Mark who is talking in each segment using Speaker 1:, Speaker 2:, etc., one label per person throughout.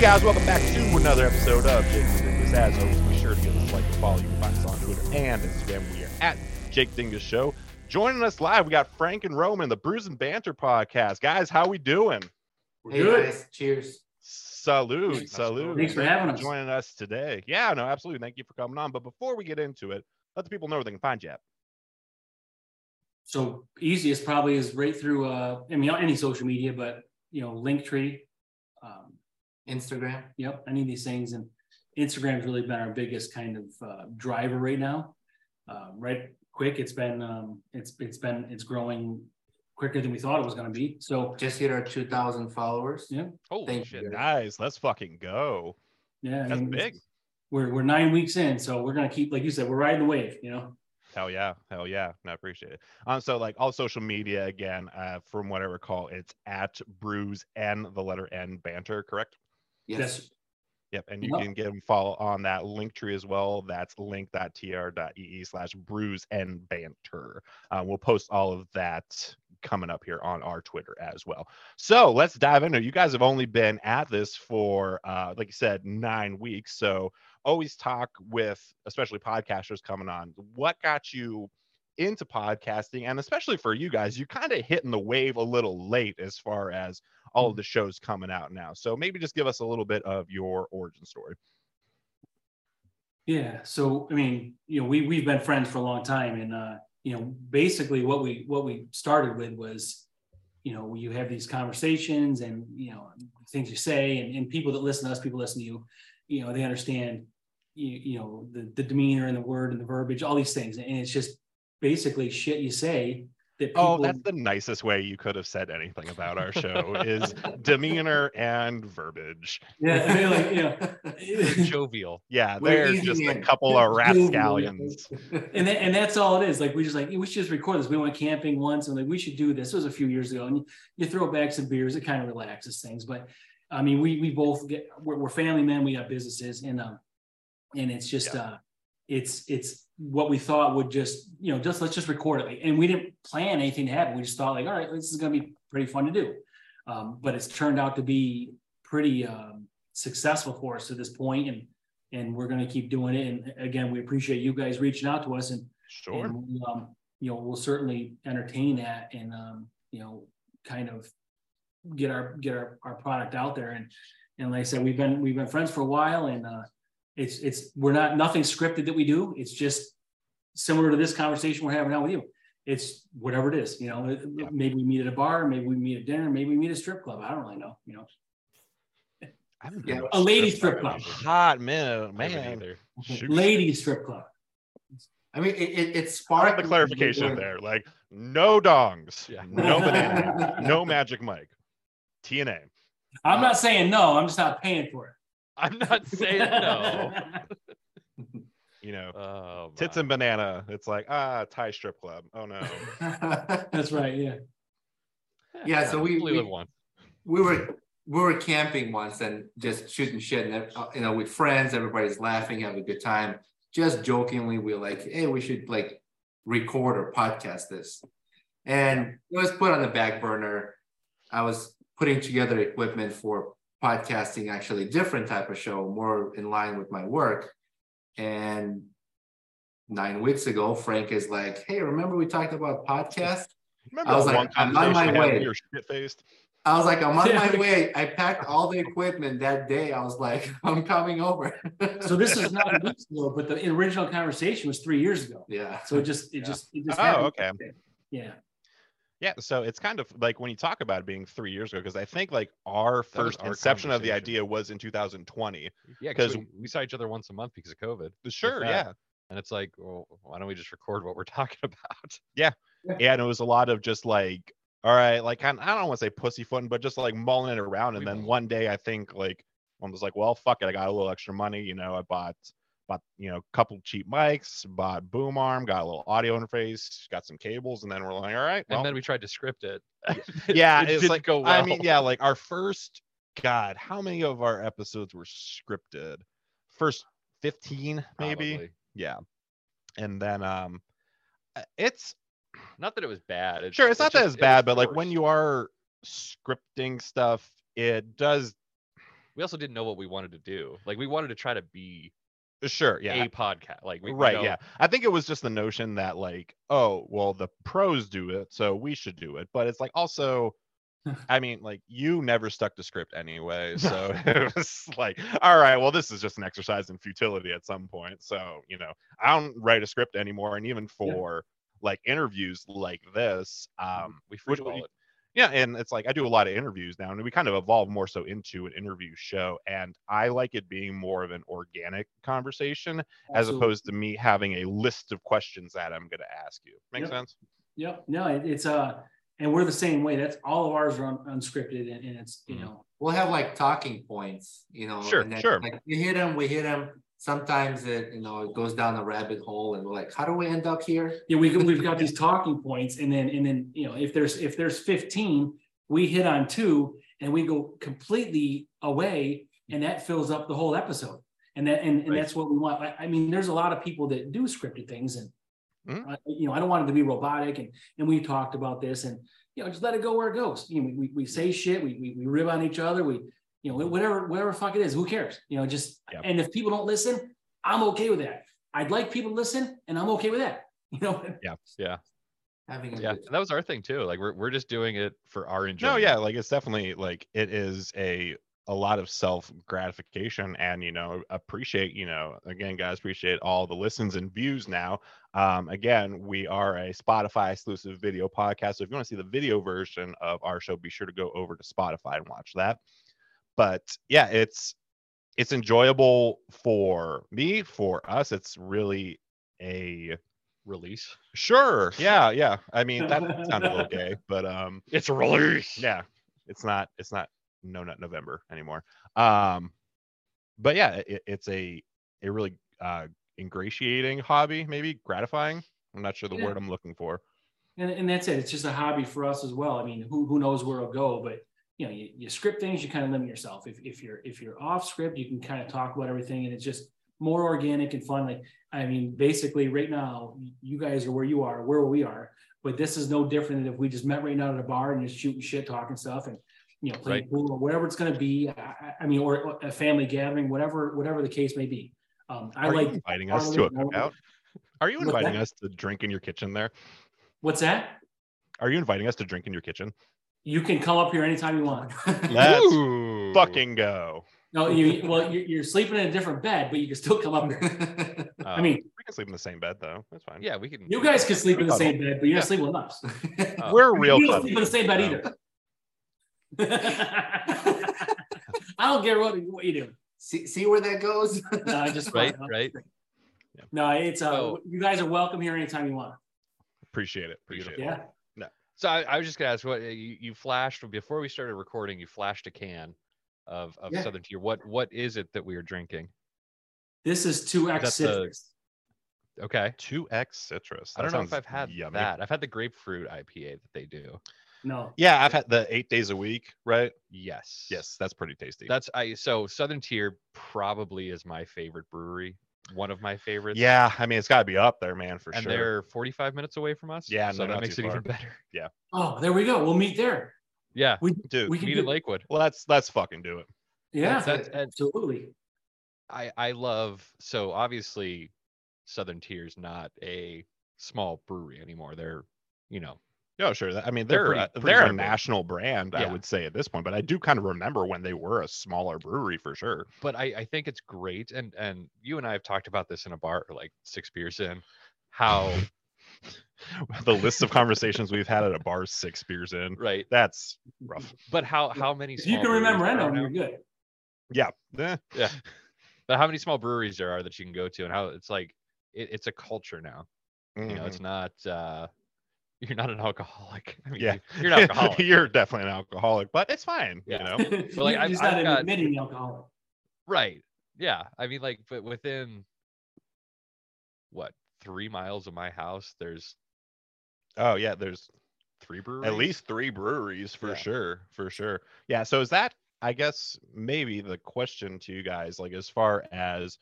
Speaker 1: guys, welcome back to another episode of Jake Dingus. As always, be sure to give us a like and follow. You can find us on Twitter and Instagram. We are at Jake Dingus Show. Joining us live, we got Frank and Roman, the Bruise and Banter podcast. Guys, how we doing?
Speaker 2: We're
Speaker 3: Hey
Speaker 2: good.
Speaker 3: guys, cheers.
Speaker 1: Salute, salute.
Speaker 2: Thanks for having us.
Speaker 1: joining us today. Yeah, no, absolutely. Thank you for coming on. But before we get into it, let the people know where they can find you at.
Speaker 2: So easiest probably is right through. Uh, I mean, any social media, but you know, Linktree. Um,
Speaker 3: Instagram.
Speaker 2: yep, any of these things, and Instagram's really been our biggest kind of uh, driver right now. Uh, right, quick. It's been um, it's it's been it's growing quicker than we thought it was going to be. So
Speaker 3: Just hit our 2,000 followers.
Speaker 2: yeah,
Speaker 1: Holy
Speaker 3: Thank
Speaker 1: shit,
Speaker 3: you.
Speaker 1: guys. Let's fucking go.
Speaker 2: yeah, I
Speaker 1: That's
Speaker 2: mean,
Speaker 1: big.
Speaker 2: We're we're nine weeks in, so we're going to keep like you said, we're riding the wave. You know,
Speaker 1: Hell yeah. Hell yeah. No, I appreciate it. Um, so like all social media again, uh, from what I recall, it's at brews and the letter N banter, correct?
Speaker 3: Yes.
Speaker 1: Yep. And you
Speaker 2: Yep.
Speaker 1: can get them follow on that link tree as well. That's link.tr.ee slash brews and banter. Uh, we'll post all of that coming up here on our Twitter as well. So let's dive into. it. You guys have only been at this for, uh, like you said, nine weeks. So always talk with, especially podcasters coming on. What got you into podcasting, and especially for you guys, you kind of hitting the wave a little late as far as all of the shows coming out now. So maybe just give us a little bit of your origin story.
Speaker 2: Yeah. So I mean, you know, we we've been friends for a long time, and uh, you know, basically what we what we started with was, you know, you have these conversations and you know things you say, and, and people that listen to us, people listen to you, you know, they understand, you, you know, the the demeanor and the word and the verbiage, all these things, and it's just basically shit you say that people.
Speaker 1: Oh, that's the nicest way you could have said anything about our show is demeanor and verbiage.
Speaker 2: yeah, I mean, like you know,
Speaker 1: They're jovial. Yeah,
Speaker 3: We're
Speaker 1: there's
Speaker 3: easing
Speaker 1: just a
Speaker 3: in.
Speaker 1: couple of
Speaker 2: Jovial.
Speaker 1: rascallions.
Speaker 2: and that, and that's all it is. Like we just like we should just record this. We went camping once, and like we should do this. It was a few years ago, and you, you throw back some beers. It kind of relaxes things. But I mean, we we both get we're, we're family men. We have businesses, and um, and it's just uh, it's it's what we thought would just you know just let's just record it. And we didn't plan anything to happen. We just thought like, all right, this is gonna be pretty fun to do. Um, but it's turned out to be pretty um, successful for us to this point, and and we're going to keep doing it. And again, we appreciate you guys reaching out to us, and,
Speaker 1: Sure.
Speaker 2: and we'll, um, you know, we'll certainly entertain that, and um, you know, kind of get our get our, our product out there. And and like I said, we've been we've been friends for a while, and uh, it's it's we're not nothing scripted that we do. It's just similar to this conversation we're having now with you. It's whatever it is, you know. it-
Speaker 1: Yeah.
Speaker 2: Maybe we meet at a bar, maybe we meet at dinner, maybe we meet at a strip club. I don't really know, you know.
Speaker 1: I haven't
Speaker 3: Yeah.
Speaker 1: been to
Speaker 2: A lady
Speaker 1: strip
Speaker 2: strip
Speaker 1: club in
Speaker 2: club.
Speaker 1: a Hot man,
Speaker 4: I haven't
Speaker 1: man.
Speaker 4: either.
Speaker 1: Shoot.
Speaker 2: Lady strip club.
Speaker 3: I mean, it, it, it
Speaker 1: I
Speaker 3: sparked
Speaker 1: like the clarification there. Like no dongs,
Speaker 4: Yeah.
Speaker 1: no banana, no magic mic, TNA.
Speaker 2: I'm not saying no. I'm just not paying for it.
Speaker 4: I'm not saying no.
Speaker 1: You know,
Speaker 4: Oh,
Speaker 1: tits
Speaker 4: my.
Speaker 1: and banana. It's like ah, Thai strip club. Oh no.
Speaker 2: That's right. Yeah.
Speaker 3: yeah, so we-
Speaker 4: Completely
Speaker 3: we-
Speaker 4: one.
Speaker 3: we were we were camping once and just shooting shit, and uh, you know, with friends, everybody's laughing, having a good time. Just jokingly, we are like, hey, we should like record or podcast this, and it was put on the back burner. I was putting together equipment for podcasting, actually different type of show, more in line with my work, and. Nine weeks ago, Frank is like, "Hey, remember we talked about podcast?"
Speaker 1: Remember
Speaker 3: I was
Speaker 1: that one
Speaker 3: like, I'm on
Speaker 1: conversation
Speaker 3: my
Speaker 1: we had when
Speaker 3: way.
Speaker 1: we were shit faced.
Speaker 3: I was like, I'm on my
Speaker 2: Yeah.
Speaker 3: way. I packed all the equipment that day. I was like, I'm coming over.
Speaker 2: So this is not weeks ago, but the original conversation was three years ago.
Speaker 3: yeah.
Speaker 2: So it just, it just, it just.
Speaker 1: Oh,
Speaker 2: happened.
Speaker 1: okay.
Speaker 2: Yeah.
Speaker 1: Yeah, so it's kind of like when you talk about it being three years ago, because I think like our
Speaker 4: was
Speaker 1: first
Speaker 4: our
Speaker 1: inception of the
Speaker 4: conversation.
Speaker 1: idea was in 2020.
Speaker 4: Yeah,
Speaker 1: 'Cause-
Speaker 4: because we, we saw each other once a month because of COVID,
Speaker 1: Sure,
Speaker 4: that.
Speaker 1: yeah,
Speaker 4: and it's like, well, why don't we just record what we're talking about?
Speaker 1: yeah, and it was a lot of just like, all right, like kind I don't want to say pussyfooting, but just like mulling it around. And
Speaker 4: We
Speaker 1: then
Speaker 4: mulled.
Speaker 1: one day, I think like I was like, well, fuck it, I got a little extra money, you know, I bought bought you know a couple cheap mics, bought boom arm, got a little audio interface, got some cables, and then we're like, all right, well,
Speaker 4: and then we tried to script it.
Speaker 1: Yeah,
Speaker 4: it
Speaker 1: it's
Speaker 4: didn't
Speaker 1: like-
Speaker 4: go well.
Speaker 1: I mean, yeah, like our first God, how many of our episodes were scripted? First 15, maybe.
Speaker 4: probably.
Speaker 1: Yeah. And then um uh, it's
Speaker 4: Not that it was bad. It,
Speaker 1: sure, it's
Speaker 4: it
Speaker 1: not that
Speaker 4: just-
Speaker 1: as
Speaker 4: it was
Speaker 1: bad, but like when
Speaker 4: forced.
Speaker 1: you are scripting stuff, it does
Speaker 4: we also didn't know what we wanted to do. Like we wanted to try to be
Speaker 1: Sure. Yeah.
Speaker 4: a podcast. Like we you
Speaker 1: right
Speaker 4: know,
Speaker 1: yeah i think it was just the notion that like oh well the pros do it so we should do it but it's like also i mean like you never stuck to script anyway so it was like all right well this is just an exercise in futility at some point so you know i don't write a script anymore and even for like interviews like this um
Speaker 4: we
Speaker 1: which-
Speaker 4: freeball it.
Speaker 1: yeah, and it's like I do a lot of interviews now, and we kind of evolve more so into an interview show. And I like it being more of an organic conversation as
Speaker 2: Absolutely.
Speaker 1: opposed to me having a list of questions that I'm going to ask you. Make
Speaker 2: Yep.
Speaker 1: sense?
Speaker 2: Yep. No, it, it's uh, and we're the same way. That's all of ours are un, unscripted, and, and it's
Speaker 1: Mm.
Speaker 2: you
Speaker 4: Mhm.
Speaker 2: know,
Speaker 3: we'll have like talking points, you know.
Speaker 1: Sure,
Speaker 3: and then,
Speaker 1: sure.
Speaker 3: Like we hit them, we hit them. Sometimes it, you know, it goes down a rabbit hole, and we're like, how do we end up here?
Speaker 2: yeah, we we've got these talking points, and then and then you know, if there's if there's fifteen, we hit on two, and we go completely away, and that fills up the whole episode, and that and, and
Speaker 1: Right.
Speaker 2: that's what we want. I, I mean, there's a lot of people that do scripted things, and
Speaker 1: Mhm.
Speaker 2: I- you know, I don't want it to be robotic, and and we talked about this, and you know, just let it go where it goes. You know, we we, we say shit, we, we we rib on each other, we you know, whatever, whatever fuck it is, who cares? You know, just
Speaker 1: Yep.
Speaker 2: and if people don't listen, I'm okay with that. I'd like people to listen, and I'm okay with that. You know,
Speaker 3: Having a
Speaker 4: Yeah,
Speaker 3: good-
Speaker 4: that was our thing too. Like we're we're just doing it for our
Speaker 1: No,
Speaker 4: enjoyment.
Speaker 1: yeah, like it's definitely like it is a a lot of self gratification and you know appreciate you know again guys appreciate all the listens and views now um again we are a spotify exclusive video podcast so if you want to see the video version of our show be sure to go over to spotify and watch that but yeah it's it's enjoyable for me for us it's really a
Speaker 4: Release.
Speaker 1: Sure. Yeah. Yeah. I mean, that sounded a little gay, but um,
Speaker 4: It's a release.
Speaker 1: yeah, it's not. It's not. No, not November anymore. Um, but yeah, it, it's a a really uh ingratiating hobby, maybe gratifying. I'm not sure the
Speaker 2: Yeah.
Speaker 1: word I'm looking for.
Speaker 2: and, and that's it. It's just a hobby for us as well. I mean, who who knows where it'll go, but you know, you, you script things, you kind of limit yourself. If if you're if you're off script, you can kind of talk about everything, and it's just more organic and fun. Like, I mean, basically, right now, you guys are where you are, where we are, but this is no different than if we just met right now at a bar and just shooting shit, talking stuff, and you know, playing pool or whatever it's going to be. I, I- I mean, or a family gathering, whatever whatever the case may be. Um, I
Speaker 1: Are you
Speaker 2: like
Speaker 1: inviting
Speaker 2: I
Speaker 1: us to a
Speaker 2: like-
Speaker 1: cookout? Are you
Speaker 2: What's
Speaker 1: inviting
Speaker 2: that?
Speaker 1: us to drink in your kitchen? There.
Speaker 2: what's that.
Speaker 1: Are you inviting us to drink in your kitchen?
Speaker 2: You can come up here anytime you want.
Speaker 1: Let's
Speaker 4: Ooh.
Speaker 1: fucking go.
Speaker 2: No, you well, you're, you're sleeping in a different bed, but you can still come up here. I
Speaker 4: Um,
Speaker 2: mean,
Speaker 1: We can sleep in the same bed though. That's fine.
Speaker 4: yeah, we can.
Speaker 2: you guys can sleep in the same bed, but you're not sleeping with us.
Speaker 4: uh,
Speaker 1: We're real.
Speaker 2: You don't
Speaker 1: cousins.
Speaker 2: sleep in the same
Speaker 1: Um,
Speaker 2: bed either. I don't care what, what you do.
Speaker 3: see, see where that goes.
Speaker 2: No, I just
Speaker 4: right, right.
Speaker 2: No, it's uh,
Speaker 4: So-
Speaker 2: you guys are welcome here anytime you want.
Speaker 1: Appreciate it. Appreciate it.
Speaker 2: Yeah,
Speaker 4: So I, I was just gonna ask what you, you flashed before we started recording. You flashed a can of of
Speaker 3: Yeah.
Speaker 4: Southern Tier. What what is it that we are drinking?
Speaker 2: this is two
Speaker 4: Is that the-
Speaker 2: X citrus.
Speaker 4: Okay.
Speaker 1: Two X citrus.
Speaker 4: I
Speaker 1: That
Speaker 4: don't know if
Speaker 1: sounds
Speaker 4: I've had
Speaker 1: yummy.
Speaker 4: that. I've had the grapefruit IPA that they do.
Speaker 2: No,
Speaker 1: Yeah, I've had the eight days a week, right?
Speaker 4: Yes.
Speaker 1: Yes, that's pretty tasty.
Speaker 4: That's I so Southern Tier probably is my favorite brewery. One of my favorites.
Speaker 1: yeah. I mean, it's got to be up there, man, for
Speaker 4: and
Speaker 1: sure.
Speaker 4: they're 45 minutes away from us.
Speaker 1: Yeah,
Speaker 4: so
Speaker 1: no,
Speaker 4: that
Speaker 1: not
Speaker 4: makes it
Speaker 1: too
Speaker 4: even
Speaker 1: far.
Speaker 4: better.
Speaker 2: oh, there we go. We'll meet there.
Speaker 4: Yeah,
Speaker 1: Dude,
Speaker 2: We can
Speaker 4: meet at
Speaker 2: do-
Speaker 4: Lakewood.
Speaker 1: let's let's fucking do it.
Speaker 2: Yeah,
Speaker 4: That's- that's-
Speaker 2: absolutely.
Speaker 4: I I love so obviously Southern Tier's not a small brewery anymore. They're you know
Speaker 1: No, sure. that- I mean,
Speaker 4: They're
Speaker 1: they're
Speaker 4: pretty-
Speaker 1: uh,
Speaker 4: pretty
Speaker 1: they're a
Speaker 4: darn big.
Speaker 1: national brand, I
Speaker 4: Yeah.
Speaker 1: would say at this point. But I do kind of remember when they were a smaller brewery for sure.
Speaker 4: but I, I think it's great and and you and I have talked about this in a bar like six beers in how
Speaker 1: the list of conversations we've had at a bar six beers in,
Speaker 4: right
Speaker 1: that's rough.
Speaker 4: but how how many
Speaker 2: If you
Speaker 4: small
Speaker 2: can remember,
Speaker 4: breweries
Speaker 2: I
Speaker 4: there are
Speaker 2: know
Speaker 4: now?
Speaker 2: you're good.
Speaker 1: Yeah. eh,
Speaker 4: yeah but how many small breweries there are that you can go to and how it's like it, it's a culture now you know
Speaker 1: mhm.
Speaker 4: it's not
Speaker 2: Mm-hmm.
Speaker 4: uh you're not an alcoholic I mean,
Speaker 1: Yeah.
Speaker 4: you- you're an alcoholic
Speaker 1: You're definitely an alcoholic, but it's fine.
Speaker 4: Yeah.
Speaker 1: You know.
Speaker 2: He's
Speaker 4: like, I've-
Speaker 2: not
Speaker 4: I've
Speaker 2: an
Speaker 4: got-
Speaker 2: admitting alcoholic.
Speaker 4: Right. Yeah. I mean, like, but within what three miles of my house, there's
Speaker 1: Oh yeah, there's
Speaker 4: three breweries.
Speaker 1: at least three breweries for
Speaker 4: Yeah.
Speaker 1: sure for sure yeah so is that i guess maybe the question to you guys like as far as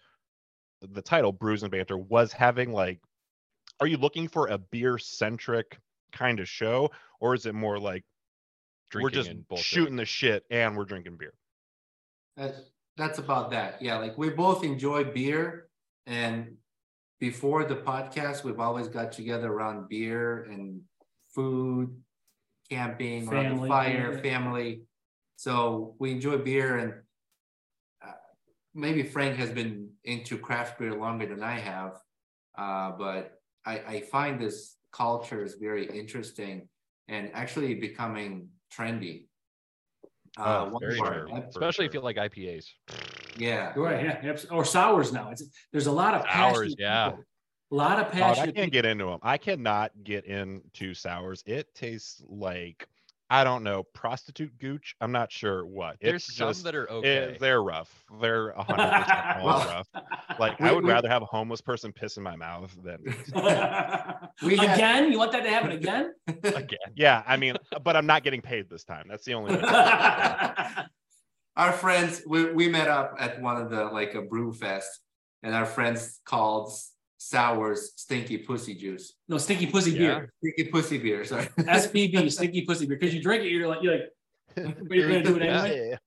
Speaker 1: the title brews and banter was having like are you looking for a beer centric kind of show or is it more like
Speaker 4: drinking
Speaker 1: we're just
Speaker 4: and bullshit.
Speaker 1: shooting the shit and we're drinking beer
Speaker 3: That's that's about that. Yeah, like we both enjoy beer, and before the podcast, we've always got together around beer and food, camping, around the
Speaker 2: Family,
Speaker 3: fire,
Speaker 2: yeah.
Speaker 3: family. So we enjoy beer, and uh, maybe Frank has been into craft beer longer than I have, uh, but I, I find this culture is very interesting and actually becoming trendy. Uh,
Speaker 4: Oh,
Speaker 3: one
Speaker 4: very
Speaker 3: of our
Speaker 4: true.
Speaker 3: ep-
Speaker 4: Especially if
Speaker 1: sure.
Speaker 4: you like IPAs.
Speaker 3: yeah.
Speaker 2: Right. Yeah. abs- Or sours now. It's there's a lot of passionate
Speaker 4: Sours, yeah.
Speaker 2: people. A lot of
Speaker 1: God, I
Speaker 2: passion.
Speaker 1: can't get into them. I cannot get into sours. It tastes like I don't know prostitute gooch. I'm not sure what.
Speaker 4: There's
Speaker 1: it's
Speaker 4: some
Speaker 1: just
Speaker 4: that are
Speaker 1: it-
Speaker 4: okay.
Speaker 1: Eh, they're rough. They're 100 percent all
Speaker 3: Well,
Speaker 1: rough. Like
Speaker 3: we-
Speaker 1: I would
Speaker 3: we-
Speaker 1: rather have a homeless person piss in my mouth than
Speaker 3: We had-
Speaker 2: again, you want that to happen again?
Speaker 1: again. Yeah, I mean, but I'm not getting paid this time. That's the only. Way.
Speaker 3: our friends we, we met up at one of the like a brew fest and our friends called s- sours stinky pussy juice
Speaker 2: no, stinky pussy
Speaker 4: Yeah.
Speaker 2: beer.
Speaker 3: stinky pussy beer sorry
Speaker 2: SPB, stinky pussy beer. Because you drink it, you're like, you're like, but you're gonna do it anyway.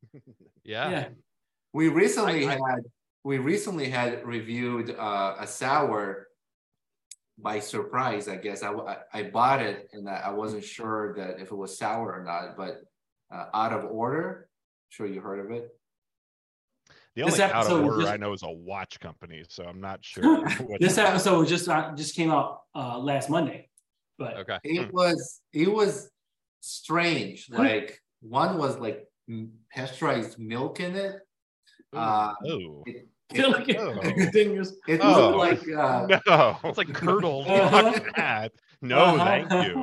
Speaker 4: Yeah.
Speaker 3: we recently
Speaker 4: I- I-
Speaker 3: had we recently had reviewed uh, a sour by surprise i guess i, w- I- I bought it and I, I wasn't sure that if it was sour or not but uh, out of order sure you heard of it
Speaker 1: The
Speaker 2: This
Speaker 1: only out of
Speaker 2: episode
Speaker 1: order
Speaker 2: just-
Speaker 1: I know is a watch company, so I'm not sure. What
Speaker 2: This episode just uh, just came out uh, last Monday, but
Speaker 4: Okay.
Speaker 3: it was it was strange like one was like m- pasteurized milk in it uh
Speaker 1: oh
Speaker 3: it,
Speaker 2: uh,
Speaker 1: Oh.
Speaker 2: Thing is-
Speaker 3: it
Speaker 1: Oh.
Speaker 3: looked like uh
Speaker 1: no,
Speaker 4: It's like curdled.
Speaker 2: Uh-huh.
Speaker 1: Fuck that. No,
Speaker 2: Uh-huh.
Speaker 1: thank you.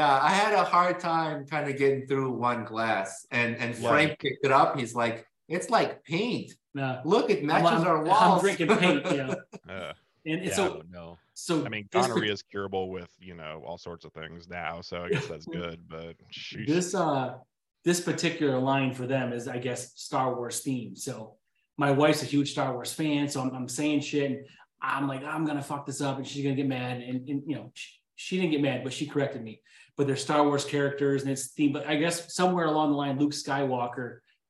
Speaker 3: yeah i had a hard time kind of getting through one glass and and
Speaker 1: Yeah.
Speaker 3: frank picked it up he's like it's like paint
Speaker 2: no.
Speaker 3: look it
Speaker 2: Oh,
Speaker 3: matches
Speaker 2: I'm,
Speaker 3: our
Speaker 2: I'm
Speaker 3: walls
Speaker 2: drinking paint, yeah.
Speaker 1: Uh,
Speaker 2: And, and
Speaker 1: Yeah.
Speaker 2: so,
Speaker 4: oh, no.
Speaker 2: so
Speaker 1: I mean,
Speaker 2: this-
Speaker 1: gonorrhea is curable with you know all sorts of things now, so I guess that's good. But sheesh.
Speaker 2: this uh this particular line for them is i guess star wars themed so my wife's a huge star wars fan so i'm, I'm saying shit and i'm like i'm gonna fuck this up and she's gonna get mad and, and you know she, she didn't get mad but she corrected me but they're star wars characters and it's themed but i guess somewhere along the line luke skywalker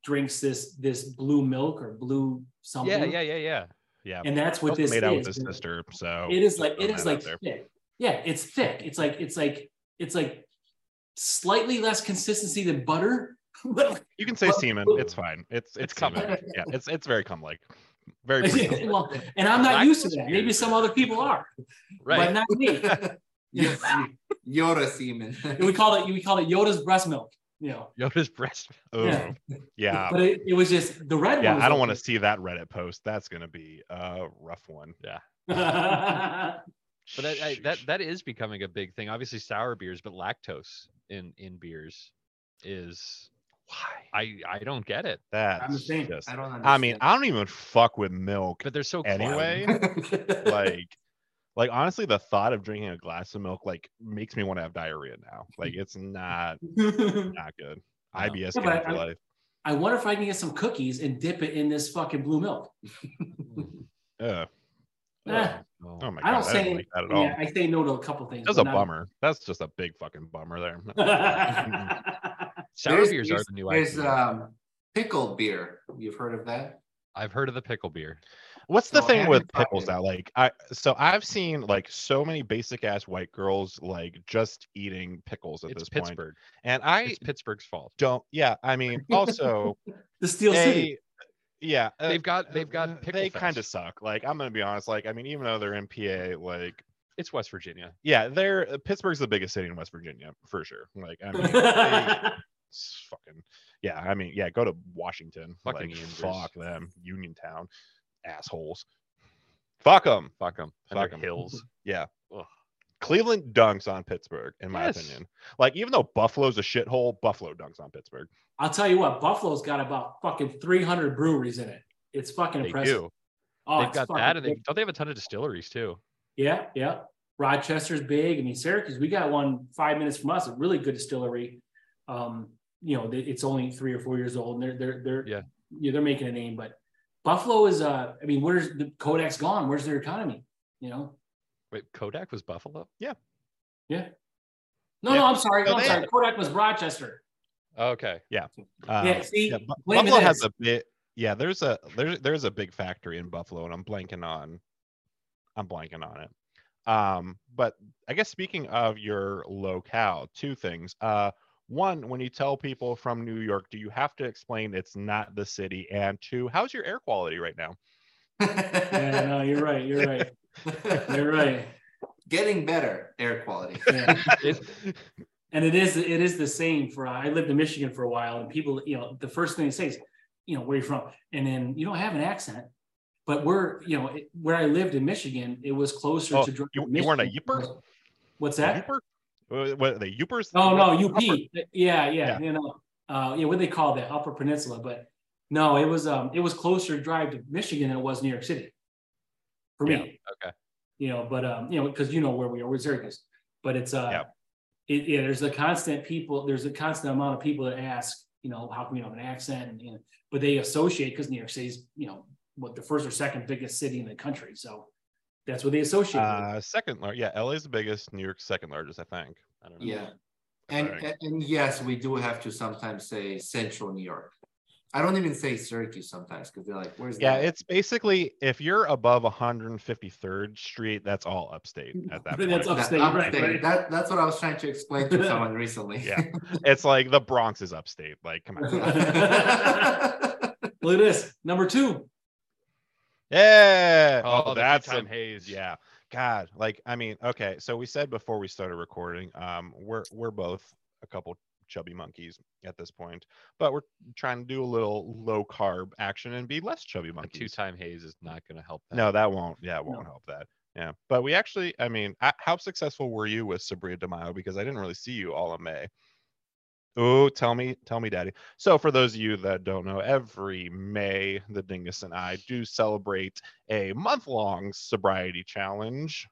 Speaker 2: drinks this this blue milk or blue something
Speaker 4: Yeah, yeah, yeah, yeah.
Speaker 1: yeah,
Speaker 2: and that's what
Speaker 1: also
Speaker 2: this
Speaker 1: made
Speaker 2: is
Speaker 1: out with his sister, so
Speaker 2: it is like
Speaker 1: throw Oh,
Speaker 2: it
Speaker 1: that
Speaker 2: is
Speaker 1: out
Speaker 2: like
Speaker 1: there.
Speaker 2: thick. Yeah, it's thick. It's like it's like it's like slightly less consistency than butter, but
Speaker 1: you can say
Speaker 2: Well,
Speaker 1: semen. It's fine. It's it's
Speaker 4: cum.
Speaker 1: semen. Yeah, it's it's very cum like, very. cum-like.
Speaker 2: well, and I'm not
Speaker 4: Black
Speaker 2: used to
Speaker 4: is
Speaker 2: that.
Speaker 4: weird.
Speaker 2: Maybe some other people are, but
Speaker 4: Right.
Speaker 2: not me.
Speaker 3: You- you- yoda semen
Speaker 2: we call it we call it Yoda's breast milk, you know.
Speaker 4: Yoda's breast.
Speaker 1: Oh,
Speaker 2: Yeah.
Speaker 1: yeah,
Speaker 2: but it, it was just the red
Speaker 1: yeah.
Speaker 2: one.
Speaker 1: I don't want to see that Reddit post. That's gonna be a rough one.
Speaker 2: to.
Speaker 4: But I, I, that
Speaker 1: Sheesh.
Speaker 4: that is becoming a big thing. Obviously, sour beers, but lactose in in beers is
Speaker 1: why
Speaker 4: I I don't get it.
Speaker 1: that's
Speaker 2: I'm the same.
Speaker 1: just-
Speaker 3: i don't understand.
Speaker 1: I mean, I don't even fuck with milk
Speaker 4: But they're so cloudy.
Speaker 1: anyway. like like honestly the thought of drinking a glass of milk like makes me want to have diarrhea now like it's not not good
Speaker 4: No.
Speaker 1: ibs
Speaker 2: Yeah,
Speaker 1: yeah,
Speaker 2: but
Speaker 1: for
Speaker 2: I-
Speaker 1: life
Speaker 2: I wonder if I can get some cookies and dip it in this fucking blue milk.
Speaker 1: Ugh.
Speaker 2: Eh,
Speaker 4: No.
Speaker 1: oh my god
Speaker 2: I
Speaker 1: i
Speaker 2: don't
Speaker 1: don't,
Speaker 2: say
Speaker 1: like that at all
Speaker 2: yeah, I say no to a couple things.
Speaker 1: that's
Speaker 2: but
Speaker 1: a
Speaker 2: not-
Speaker 1: bummer that's just a big fucking bummer there
Speaker 4: sour
Speaker 3: There's-
Speaker 4: beers are
Speaker 3: there's-
Speaker 4: the new
Speaker 3: there's
Speaker 4: IPA.
Speaker 3: um pickled beer you've heard of that
Speaker 4: I've heard of the pickle beer.
Speaker 1: What's the
Speaker 3: So
Speaker 1: thing
Speaker 3: Anna
Speaker 1: with
Speaker 3: tried
Speaker 1: pickles
Speaker 3: it.
Speaker 1: now? Like I so I've seen like so many basic ass white girls like just eating pickles at
Speaker 4: It's
Speaker 1: this point.
Speaker 4: Pittsburgh.
Speaker 1: And I
Speaker 4: It's Pittsburgh's fault.
Speaker 1: don't yeah, I mean also
Speaker 2: the Steel City.
Speaker 1: they, yeah, uh,
Speaker 4: They've got they've
Speaker 1: Uh,
Speaker 4: got pickle.
Speaker 1: they kind of
Speaker 4: fest.
Speaker 1: suck. Like I'm gonna be honest. Like I mean, even though they're MPA, like
Speaker 4: It's West Virginia.
Speaker 1: yeah, they're uh, Pittsburgh's the biggest city in West Virginia for sure. Like I mean, they, it's fucking yeah. I mean, yeah, go to Washington.
Speaker 4: Fucking
Speaker 1: like
Speaker 4: Yanders.
Speaker 1: fuck them, Uniontown, assholes. Fuck them.
Speaker 4: Fuck them.
Speaker 1: Fuck 'em.
Speaker 4: hills.
Speaker 1: Yeah.
Speaker 4: Ugh.
Speaker 1: Cleveland dunks on Pittsburgh, in my
Speaker 4: Yes.
Speaker 1: opinion. Like even though Buffalo's a shithole, Buffalo dunks on Pittsburgh.
Speaker 2: I'll tell you what, Buffalo's got about fucking 300 breweries in it. It's fucking
Speaker 4: They
Speaker 2: impressive.
Speaker 4: do.
Speaker 2: Oh,
Speaker 4: They've
Speaker 2: it's
Speaker 4: got
Speaker 2: fucking
Speaker 4: that, and they,
Speaker 2: big.
Speaker 4: don't they have a ton of distilleries too?
Speaker 2: yeah, yeah. Rochester's big. I mean, Syracuse, we got one five minutes from us, a really good distillery. Um, you know, they- it's only three or four years old, and they're they're they're
Speaker 4: Yeah.
Speaker 2: yeah, they're making a name. But Buffalo is, uh, I mean, where's the Kodak's gone? Where's their economy? You know?
Speaker 4: Wait, Kodak was Buffalo.
Speaker 2: No,
Speaker 1: Yeah.
Speaker 2: no, I'm sorry,
Speaker 1: No,
Speaker 2: I'm
Speaker 1: they-
Speaker 2: sorry. Kodak was Rochester.
Speaker 4: Oh, Okay.
Speaker 1: Uh,
Speaker 2: yeah, see,
Speaker 1: yeah, Bu-
Speaker 2: blame
Speaker 1: Buffalo
Speaker 2: it
Speaker 1: has
Speaker 2: is.
Speaker 1: a bit. yeah there's a there's there's a big factory in buffalo and i'm blanking on i'm blanking on it um but i guess speaking of your locale two things uh one when you tell people from new york do you have to explain it's not the city and two how's your air quality right now
Speaker 2: Yeah, no, you're right. You're right. You're right.
Speaker 3: Getting better air quality.
Speaker 2: Yeah. and it is it is the same for I lived in Michigan for a while, and people, you know, the first thing they say is, you know, where you from, and then you don't have an accent. But we're, you know, it- where I lived in Michigan, it was closer
Speaker 1: Oh,
Speaker 2: to. dr-
Speaker 1: you- you weren't a yooper?
Speaker 2: What's
Speaker 1: The
Speaker 2: that?
Speaker 1: Uper? What- what are they Upers?
Speaker 2: No, no,
Speaker 1: Upper-
Speaker 2: UP. Yeah, yeah,
Speaker 1: Yeah.
Speaker 2: you know, uh, yeah, what do they call that Upper Peninsula, but no, it was um, it was closer to drive to Michigan than it was New York City. For me,
Speaker 1: Yeah,
Speaker 4: okay.
Speaker 2: You know, but um, you know, because you know where we are, where Syracuse, but it's uh,
Speaker 1: Yeah.
Speaker 2: it, yeah, there's a constant people, there's a constant amount of people that ask, you know, how come you don't have an accent, and, you know, but they associate because New York City's, you know, what the first or second biggest city in the country, so that's what they associate. with.
Speaker 1: Uh, second large. Yeah, LA's the biggest. New York's second largest, I think. I don't know.
Speaker 3: Yeah. And,
Speaker 1: Alright.
Speaker 3: and and yes, we do have to sometimes say Central New York. I don't even say Syracuse sometimes because they're like, "Where's
Speaker 1: Yeah,
Speaker 3: that?"
Speaker 1: it's basically if you're above 153rd Street, that's all upstate at that
Speaker 2: That's
Speaker 1: point.
Speaker 3: That
Speaker 2: upstate, right,
Speaker 3: upstate.
Speaker 2: right.
Speaker 3: That, that's what I was trying to explain to someone recently.
Speaker 1: Yeah. It's like the Bronx is upstate. Like, come on.
Speaker 2: Look at this number two.
Speaker 1: Yeah.
Speaker 4: Oh,
Speaker 1: Oh,
Speaker 4: the
Speaker 1: that's
Speaker 4: two-time
Speaker 1: some-
Speaker 4: haze.
Speaker 1: yeah. God, like I mean, okay. So we said before we started recording, um, we're we're both a couple chubby monkeys at this point, but we're trying to do a little low carb action and be less chubby
Speaker 4: A
Speaker 1: monkeys.
Speaker 4: two-time haze is not going to help. That.
Speaker 1: No, that won't. Yeah, it won't
Speaker 2: No.
Speaker 1: help that. Yeah, but we actually, I mean, I, how successful were you with Sabrina DeMaio? Because I didn't really see you all of May. Oh, tell me, tell me, Daddy. So, for those of you that don't know, every May, the Dingus and I do celebrate a month-long sobriety challenge,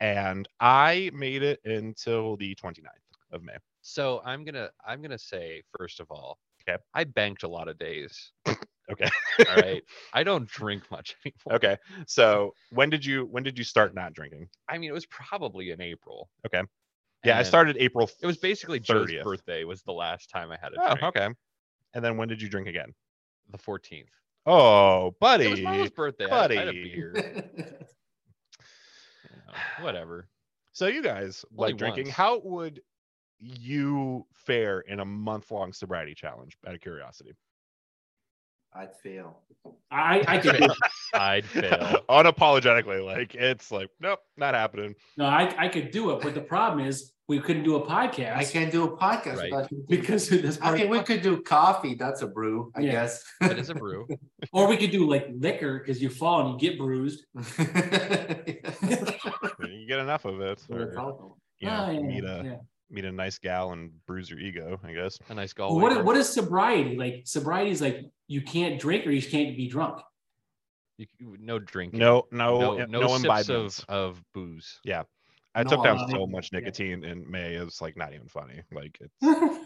Speaker 1: and I made it until the 29th of May.
Speaker 4: So I'm gonna I'm gonna say first of all,
Speaker 1: Okay.
Speaker 4: I banked a lot of days.
Speaker 1: Okay.
Speaker 4: All right. I don't drink much anymore.
Speaker 1: Okay, so when did you when did you start not drinking?
Speaker 4: I mean, it was probably in April.
Speaker 1: Okay. Yeah, I
Speaker 4: And
Speaker 1: started April.
Speaker 4: It was basically Joe's
Speaker 1: 30th.
Speaker 4: birthday was the last time I had a
Speaker 1: Oh,
Speaker 4: drink.
Speaker 1: okay. And then when did you drink again?
Speaker 4: The 14th.
Speaker 1: Oh, buddy.
Speaker 4: It was Milo's birthday. I had- I had a
Speaker 1: buddy.
Speaker 4: beer. you know, whatever.
Speaker 1: so you guys
Speaker 4: Only
Speaker 1: like drinking.
Speaker 4: once.
Speaker 1: How would you fare in a month-long sobriety challenge? Out of curiosity,
Speaker 3: I'd fail.
Speaker 2: I I could do it.
Speaker 4: I'd fail.
Speaker 1: unapologetically, like it's like nope, not happening.
Speaker 2: no I I could do it, but the problem is we couldn't do a podcast
Speaker 3: I can't do a podcast
Speaker 4: Right.
Speaker 3: without drinking.
Speaker 2: because of this
Speaker 3: I
Speaker 2: part.
Speaker 3: mean, we could do coffee. That's a brew, I
Speaker 2: Yeah.
Speaker 3: guess.
Speaker 4: It is a brew.
Speaker 2: or we could do like liquor because you fall and you get bruised.
Speaker 1: You get enough of it, or you know,
Speaker 2: Ah, yeah,
Speaker 1: meet a
Speaker 2: yeah.
Speaker 1: meet a nice gal and bruise your ego. I guess.
Speaker 4: A nice golf.
Speaker 2: Well, what is, what is sobriety like? Sobriety is like you can't drink or you can't be drunk.
Speaker 4: You, you- no drinking.
Speaker 1: No, no,
Speaker 4: no,
Speaker 1: no,
Speaker 4: no, sips
Speaker 1: imbibements.
Speaker 4: of, of booze.
Speaker 1: I
Speaker 3: no
Speaker 1: took down so
Speaker 2: imbibing,
Speaker 1: much
Speaker 2: yeah.
Speaker 1: nicotine in May. It's like not even funny. Like it's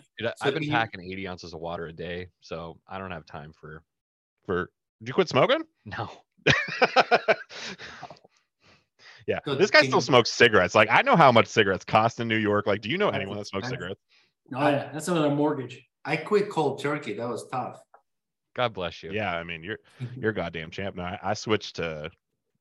Speaker 4: Dude, I-
Speaker 3: So
Speaker 4: I've been
Speaker 3: you-
Speaker 4: packing 80 ounces of water a day, so I don't have time for
Speaker 1: for. Did you quit smoking?
Speaker 4: no.
Speaker 1: yeah,
Speaker 3: So
Speaker 1: this guy
Speaker 3: can
Speaker 1: still
Speaker 3: you-
Speaker 1: smokes cigarettes. Like I know how much cigarettes cost in New York. Like, do you know
Speaker 3: That's
Speaker 1: anyone that smokes
Speaker 3: expensive.
Speaker 1: cigarettes?
Speaker 2: No, Oh, yeah, that's another mortgage.
Speaker 3: I quit cold turkey. That was tough.
Speaker 4: God bless you.
Speaker 1: Yeah, I mean you're
Speaker 3: Mm-hmm.
Speaker 1: you're a goddamn champ. Now I, I switched to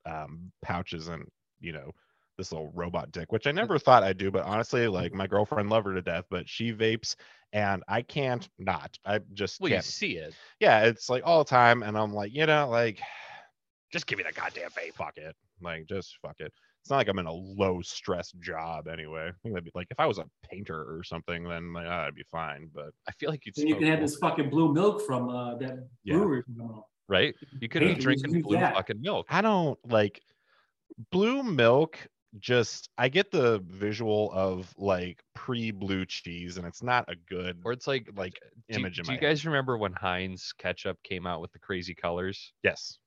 Speaker 1: um, pouches and you know this little robot dick, which I
Speaker 3: Mm-hmm.
Speaker 1: never thought I'd do, but honestly, like my girlfriend loved her to death, but she vapes and I can't not. I just
Speaker 4: Well, you
Speaker 1: can't.
Speaker 4: see it.
Speaker 1: Yeah, it's like all the time, and I'm like, you know, like just give me that goddamn vape. Fuck it. Like just fuck it. It's not like I'm in a low stress job anyway. I think that'd be like if I was a painter or something, then like, ah, I'd be fine. But
Speaker 4: I feel like you'd
Speaker 2: Then you
Speaker 4: smoke
Speaker 2: can have
Speaker 4: more.
Speaker 2: this fucking blue milk from uh, that
Speaker 1: Yeah.
Speaker 2: brewery. from, uh,
Speaker 4: right? You could
Speaker 2: Hey,
Speaker 4: have
Speaker 2: dude,
Speaker 4: drinking
Speaker 2: do
Speaker 4: blue
Speaker 2: that.
Speaker 4: fucking milk.
Speaker 1: I don't like blue milk. Just I get the visual of like pre blue cheese, and it's not a good
Speaker 4: Or it's like
Speaker 1: like
Speaker 4: do,
Speaker 1: image in
Speaker 4: do
Speaker 1: my
Speaker 4: you guys remember when Heinz ketchup came out with the crazy colors?
Speaker 1: head. Yes,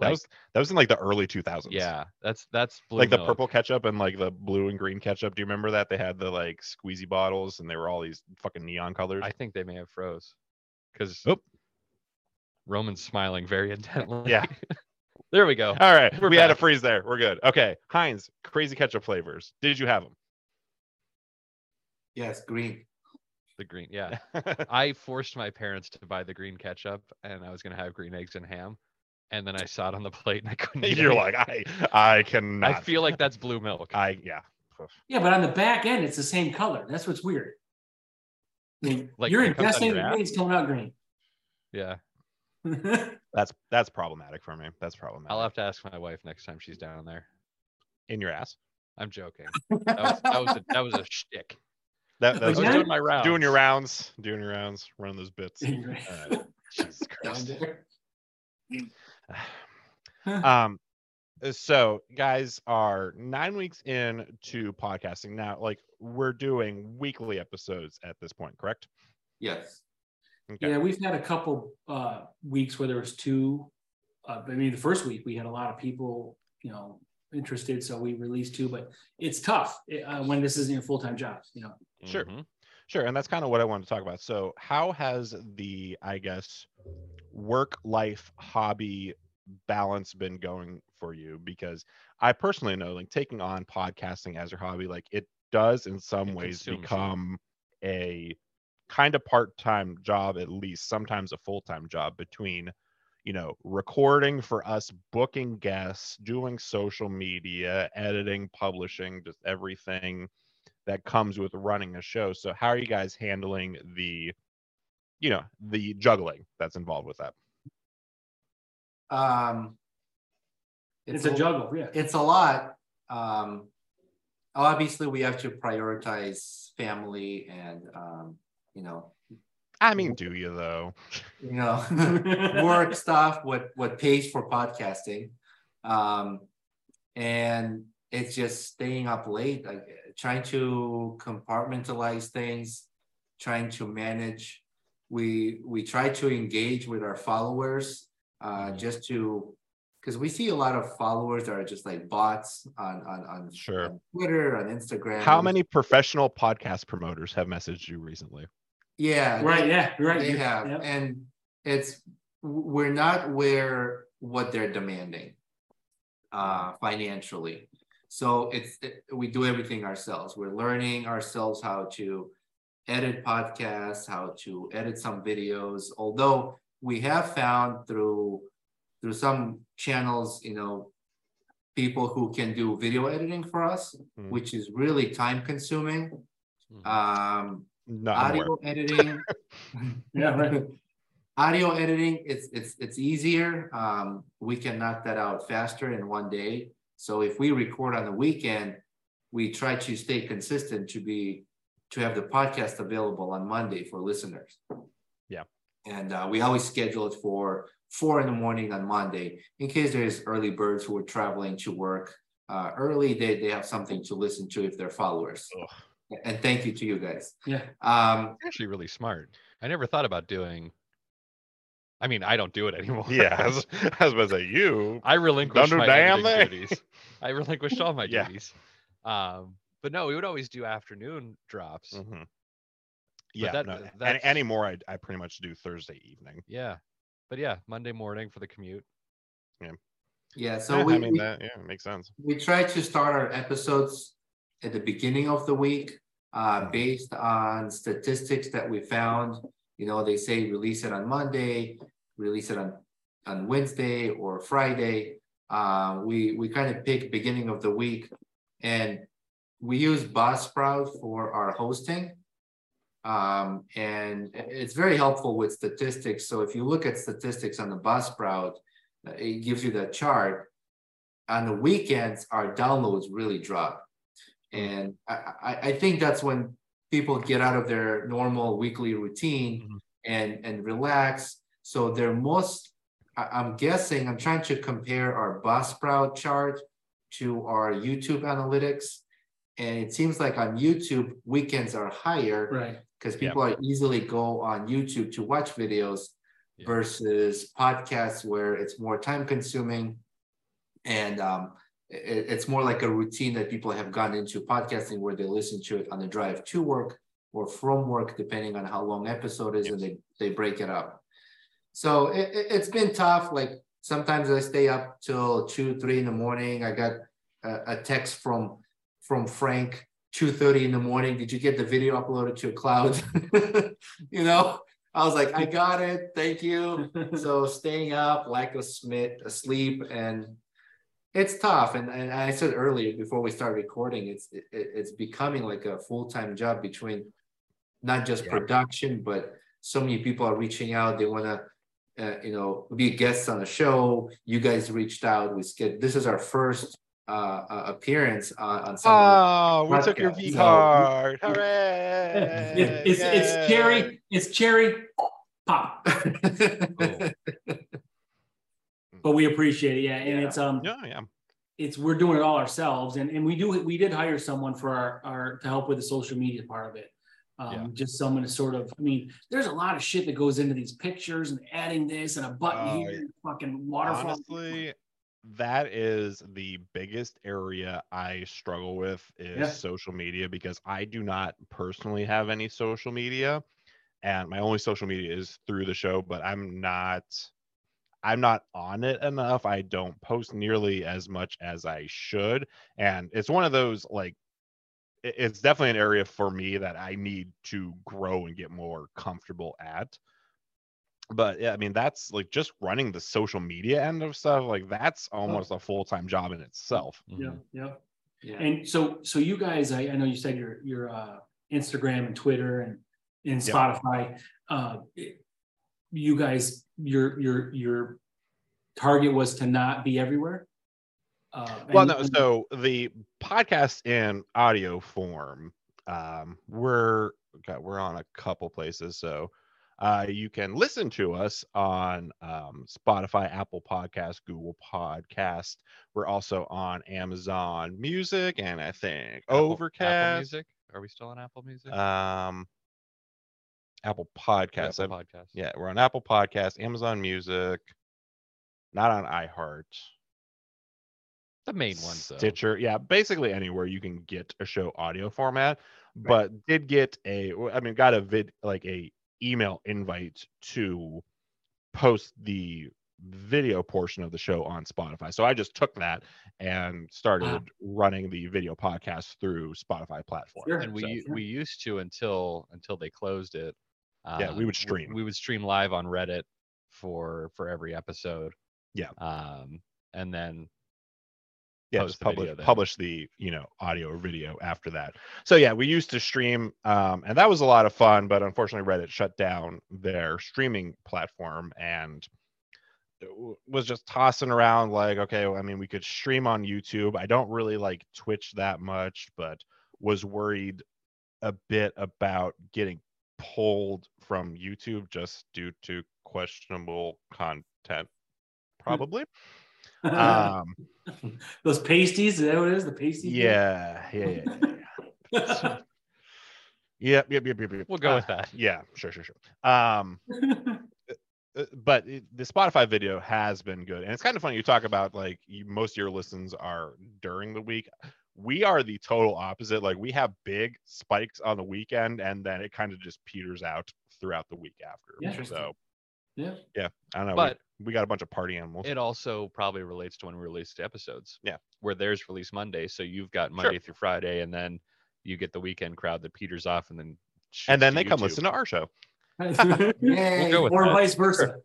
Speaker 1: that
Speaker 4: Like-
Speaker 1: was that was in like the early 2000s.
Speaker 4: Yeah, that's that's blue
Speaker 1: like the
Speaker 4: milk.
Speaker 1: purple ketchup and like the blue and green ketchup. Do you remember that they had the like squeezy bottles and they were all these fucking neon colors?
Speaker 4: I think they may have froze because
Speaker 1: Oop.
Speaker 4: Roman's smiling very intently.
Speaker 1: Yeah.
Speaker 4: there we go.
Speaker 1: all right,
Speaker 4: We're
Speaker 1: we had a
Speaker 4: back.
Speaker 1: freeze there. We're good. Okay, Heinz, crazy ketchup flavors. Did you have them?
Speaker 3: Yes, green.
Speaker 4: The green, yeah. I forced my parents to buy the green ketchup, and I was gonna have green eggs and ham, and then I saw it on the plate, and I couldn't. eat
Speaker 1: You're
Speaker 4: it.
Speaker 1: like, I I cannot.
Speaker 4: I feel like that's blue milk.
Speaker 1: I yeah.
Speaker 2: Yeah, but on the back end, it's the same color. That's what's weird. I mean,
Speaker 4: Like,
Speaker 2: you're
Speaker 4: it comes out
Speaker 2: investing
Speaker 4: your
Speaker 2: in
Speaker 4: ass?
Speaker 2: green, it's coming out green.
Speaker 4: yeah,
Speaker 1: That's that's problematic for me. That's problematic.
Speaker 4: I'll have to ask my wife next time she's down there.
Speaker 1: in your ass.
Speaker 4: I'm joking. That was that was a, that was a shtick.
Speaker 1: That,
Speaker 4: I
Speaker 1: that
Speaker 4: was
Speaker 1: was
Speaker 2: Yeah.
Speaker 4: doing my rounds.
Speaker 1: doing your rounds, doing your rounds, running those bits. All right. Jesus
Speaker 3: down
Speaker 1: Christ.
Speaker 3: there.
Speaker 1: um so guys are nine weeks in to podcasting now like we're doing weekly episodes at this point correct
Speaker 3: Yes.
Speaker 1: okay
Speaker 2: yeah, we've had a couple uh, weeks where there was two. Uh, I mean, the first week we had a lot of people, you know, interested, so we released two. But it's tough uh, when this isn't your full time job. You know,
Speaker 1: Sure.
Speaker 4: Mhm.
Speaker 1: sure and that's kind of what i wanted to talk about so how has the i guess work life hobby balance been going for you because i personally know like taking on podcasting as your hobby like it does in some
Speaker 4: It
Speaker 1: ways
Speaker 4: consumes you.
Speaker 1: become a kind of part-time job at least sometimes a full-time job between you know recording for us booking guests doing social media editing publishing just everything that comes with running a show so how are you guys handling the you know the juggling that's involved with that
Speaker 3: Um,
Speaker 2: it's, a juggle. Yeah,
Speaker 3: it's a lot. Um, obviously, we have to prioritize family and um, you know,
Speaker 1: i mean
Speaker 3: Mm-hmm.
Speaker 1: do you though
Speaker 3: you know, work stuff. What what pays for podcasting, um, and it's just staying up late, like trying to compartmentalize things, trying to manage. We we try to engage with our followers, uh,
Speaker 1: Mm-hmm.
Speaker 4: Mhm.
Speaker 3: just to because we see a lot of followers that are just like bots on on on,
Speaker 1: Sure.
Speaker 3: on Twitter, on Instagram.
Speaker 1: how many professional podcast promoters have messaged you recently
Speaker 3: Yeah,
Speaker 2: right. Yeah, right.
Speaker 3: they
Speaker 2: you-
Speaker 3: have
Speaker 2: yeah.
Speaker 3: and it's we're not where what they're demanding uh financially so it's it- we do everything ourselves we're learning ourselves how to edit podcasts how to edit some videos although we have found through through some channels you know people who can do video editing for us
Speaker 1: Mm.
Speaker 3: which is really time consuming
Speaker 4: Mhm.
Speaker 3: um
Speaker 1: no I'm aware.
Speaker 3: audio editing
Speaker 2: yeah, right.
Speaker 3: audio editing it's it's it's easier um, we can knock that out faster in one day so if we record on the weekend we try to stay consistent to be to have the podcast available on monday for listeners
Speaker 1: Yeah.
Speaker 3: and uh, we always schedule it for four in the morning on monday in case there's early birds who are traveling to work uh, early they, they have something to listen to if they're followers
Speaker 1: Ugh.
Speaker 3: and thank you to you guys
Speaker 2: Yeah.
Speaker 3: um,
Speaker 4: It's actually really smart. I never thought about doing. I mean, I don't do it anymore.
Speaker 1: yeah i was, I was about to say you
Speaker 4: I relinquished
Speaker 1: do
Speaker 4: my
Speaker 1: damn thing.
Speaker 4: editing duties. I relinquished all my
Speaker 1: Yeah.
Speaker 4: duties. Um, but no, we would always do afternoon drops.
Speaker 1: Mhm. yeah
Speaker 4: that-
Speaker 1: no,
Speaker 4: uh,
Speaker 1: an-
Speaker 4: that's-
Speaker 1: anymore I, I pretty much do thursday evening
Speaker 4: Yeah, but yeah, Monday morning for the commute.
Speaker 3: yeah so
Speaker 1: Yeah,
Speaker 3: we,
Speaker 1: Eh, i mean
Speaker 3: we
Speaker 1: that yeah makes sense
Speaker 3: we try to start our episodes at the beginning of the week uh, based on statistics that we found you know they say release it on monday release it on on wednesday or friday uh, we we kind of pick beginning of the week and we use buzzsprout for our hosting um, and it- it's very helpful with statistics so if you look at statistics on the buzzsprout uh, it gives you that chart on the weekends our downloads really drop and I, I i think that's when people get out of their normal weekly routine
Speaker 1: Mhm.
Speaker 3: and and relax so they're most I- i'm guessing i'm trying to compare our buzzsprout chart to our youtube analytics and it seems like on youtube weekends are higher
Speaker 2: Right.
Speaker 3: because
Speaker 1: Yeah.
Speaker 3: people are easily go on YouTube to watch videos
Speaker 4: Yeah.
Speaker 3: versus podcasts where it's more time consuming and um, i- i- it's more like a routine that people have gone into podcasting where they listen to it on the drive to work or from work depending on how long episode is and they they break it up so it, it, it's been tough like sometimes i stay up till two three in the morning i got a, a text from from frank two thirty in the morning. Did you get the video uploaded to a cloud? you know, I was like, I got it. Thank you. So staying up, lack of smit, asleep, and it's tough. And, and I said earlier before we start recording, it's it, it's becoming like a full time job between not just
Speaker 1: Yeah.
Speaker 3: production, but so many people are reaching out. They want to. Uh, you know, be guests on a show. You guys reached out. We skid. This is our first uh, uh, appearance on, on some.
Speaker 1: Oh, we
Speaker 3: Podcast.
Speaker 1: took your V
Speaker 3: So-
Speaker 1: card.
Speaker 2: It-
Speaker 1: Hooray!
Speaker 2: it's it's cherry. It's cherry pop.
Speaker 4: Oh,
Speaker 2: But we appreciate it. Yeah, and
Speaker 3: Yeah.
Speaker 2: it's um,
Speaker 4: yeah, yeah.
Speaker 2: it's we're doing it all ourselves, and and we do we did hire someone for our our to help with the social media part of it. Um,
Speaker 4: Yeah.
Speaker 2: Just someone to sort of, I mean, there's a lot of shit that goes into these pictures and adding this and a button
Speaker 1: Oh,
Speaker 2: here,
Speaker 1: yeah.
Speaker 2: and fucking waterfall.
Speaker 1: Honestly, that is the biggest area I struggle with is
Speaker 2: Yeah.
Speaker 1: social media because I do not personally have any social media, and my only social media is through the show. But I'm not, I'm not on it enough. I don't post nearly as much as I should, and it's one of those like it- it's definitely an area for me that I need to grow and get more comfortable at. But yeah, I mean, that's like just running the social media end of stuff. Like that's almost a full time job in itself.
Speaker 2: yeah,
Speaker 4: Mhm.
Speaker 1: Mm-hmm.
Speaker 2: yeah.
Speaker 3: Yeah.
Speaker 2: And so, so you guys, I, I know you said your your uh, Instagram and Twitter and and
Speaker 1: Yep.
Speaker 2: Spotify. Uh, you guys, your your your target was to not be everywhere. Uh,
Speaker 1: Well,
Speaker 2: and-
Speaker 1: no. So the podcast in audio form, um, we're God, we're on a couple places. So uh, you can listen to us on um, Spotify, Apple Podcast, Google Podcast. We're also on Amazon Music and I think
Speaker 4: Apple- Apple
Speaker 1: Overcast.
Speaker 4: Music. Are we still on Apple Music?
Speaker 1: um, Apple
Speaker 4: Or
Speaker 1: Podcasts.
Speaker 4: Apple
Speaker 1: I-
Speaker 4: Podcasts.
Speaker 1: yeah, we're on Apple Podcasts, Amazon Music, not on iHeart.
Speaker 4: the main ones. Though.
Speaker 1: Stitcher, yeah, basically anywhere you can get a show audio format. But did get a, w- I mean, got a vid like a email invite to post the video portion of the show on Spotify. So I just took that
Speaker 4: Ah.
Speaker 1: and started
Speaker 2: Wow.
Speaker 1: running the video podcast through Spotify platform.
Speaker 2: Sure.
Speaker 4: and we
Speaker 1: So-
Speaker 4: u-
Speaker 2: yeah.
Speaker 4: we used to until until they closed it. uh,
Speaker 1: Yeah, we would
Speaker 4: w-
Speaker 1: stream.
Speaker 4: We would stream live on Reddit for for every episode.
Speaker 1: Yeah.
Speaker 4: Um, and then
Speaker 1: yeah,
Speaker 4: post
Speaker 1: just
Speaker 4: the video
Speaker 1: publish
Speaker 4: then.
Speaker 1: publish the you know audio or video after that. So yeah, we used to stream, um, and that was a lot of fun. But unfortunately, Reddit shut down their streaming platform and it w- was just tossing around like, okay, well, I mean, we could stream on YouTube. I don't really like Twitch that much, but was worried a bit about getting pulled from YouTube just due to questionable content,
Speaker 4: Hmm.
Speaker 1: probably. um,
Speaker 2: those pasties, is that what it is? The pasties.
Speaker 1: yeah, yeah, yeah. yeah,
Speaker 2: yeah.
Speaker 1: yeah. yep, yep, yep, yep, yep.
Speaker 4: we'll go
Speaker 1: Uh,
Speaker 4: with that.
Speaker 1: Yeah, sure, sure, sure. Um, uh, but it, the Spotify video has been good, and it's kind of funny. You talk about like you, most of your listens are during the week. We are the total opposite. Like we have big spikes on the weekend, and then it kind of just peters out throughout the week after.
Speaker 2: Yeah.
Speaker 3: Interesting.
Speaker 1: So
Speaker 2: Yeah.
Speaker 1: yeah, I don't know. we-
Speaker 4: But
Speaker 1: we, got a bunch of party animals.
Speaker 4: it also probably relates to when we released episodes.
Speaker 1: Yeah.
Speaker 4: Where theirs release Monday, so you've got Monday through Friday, and then you get the weekend crowd that peters off, and then shifts
Speaker 1: and then
Speaker 4: to
Speaker 1: they come
Speaker 4: YouTube.
Speaker 1: listen to our show.
Speaker 3: Yay.
Speaker 4: We'll go with
Speaker 2: or
Speaker 4: that.
Speaker 2: vice versa.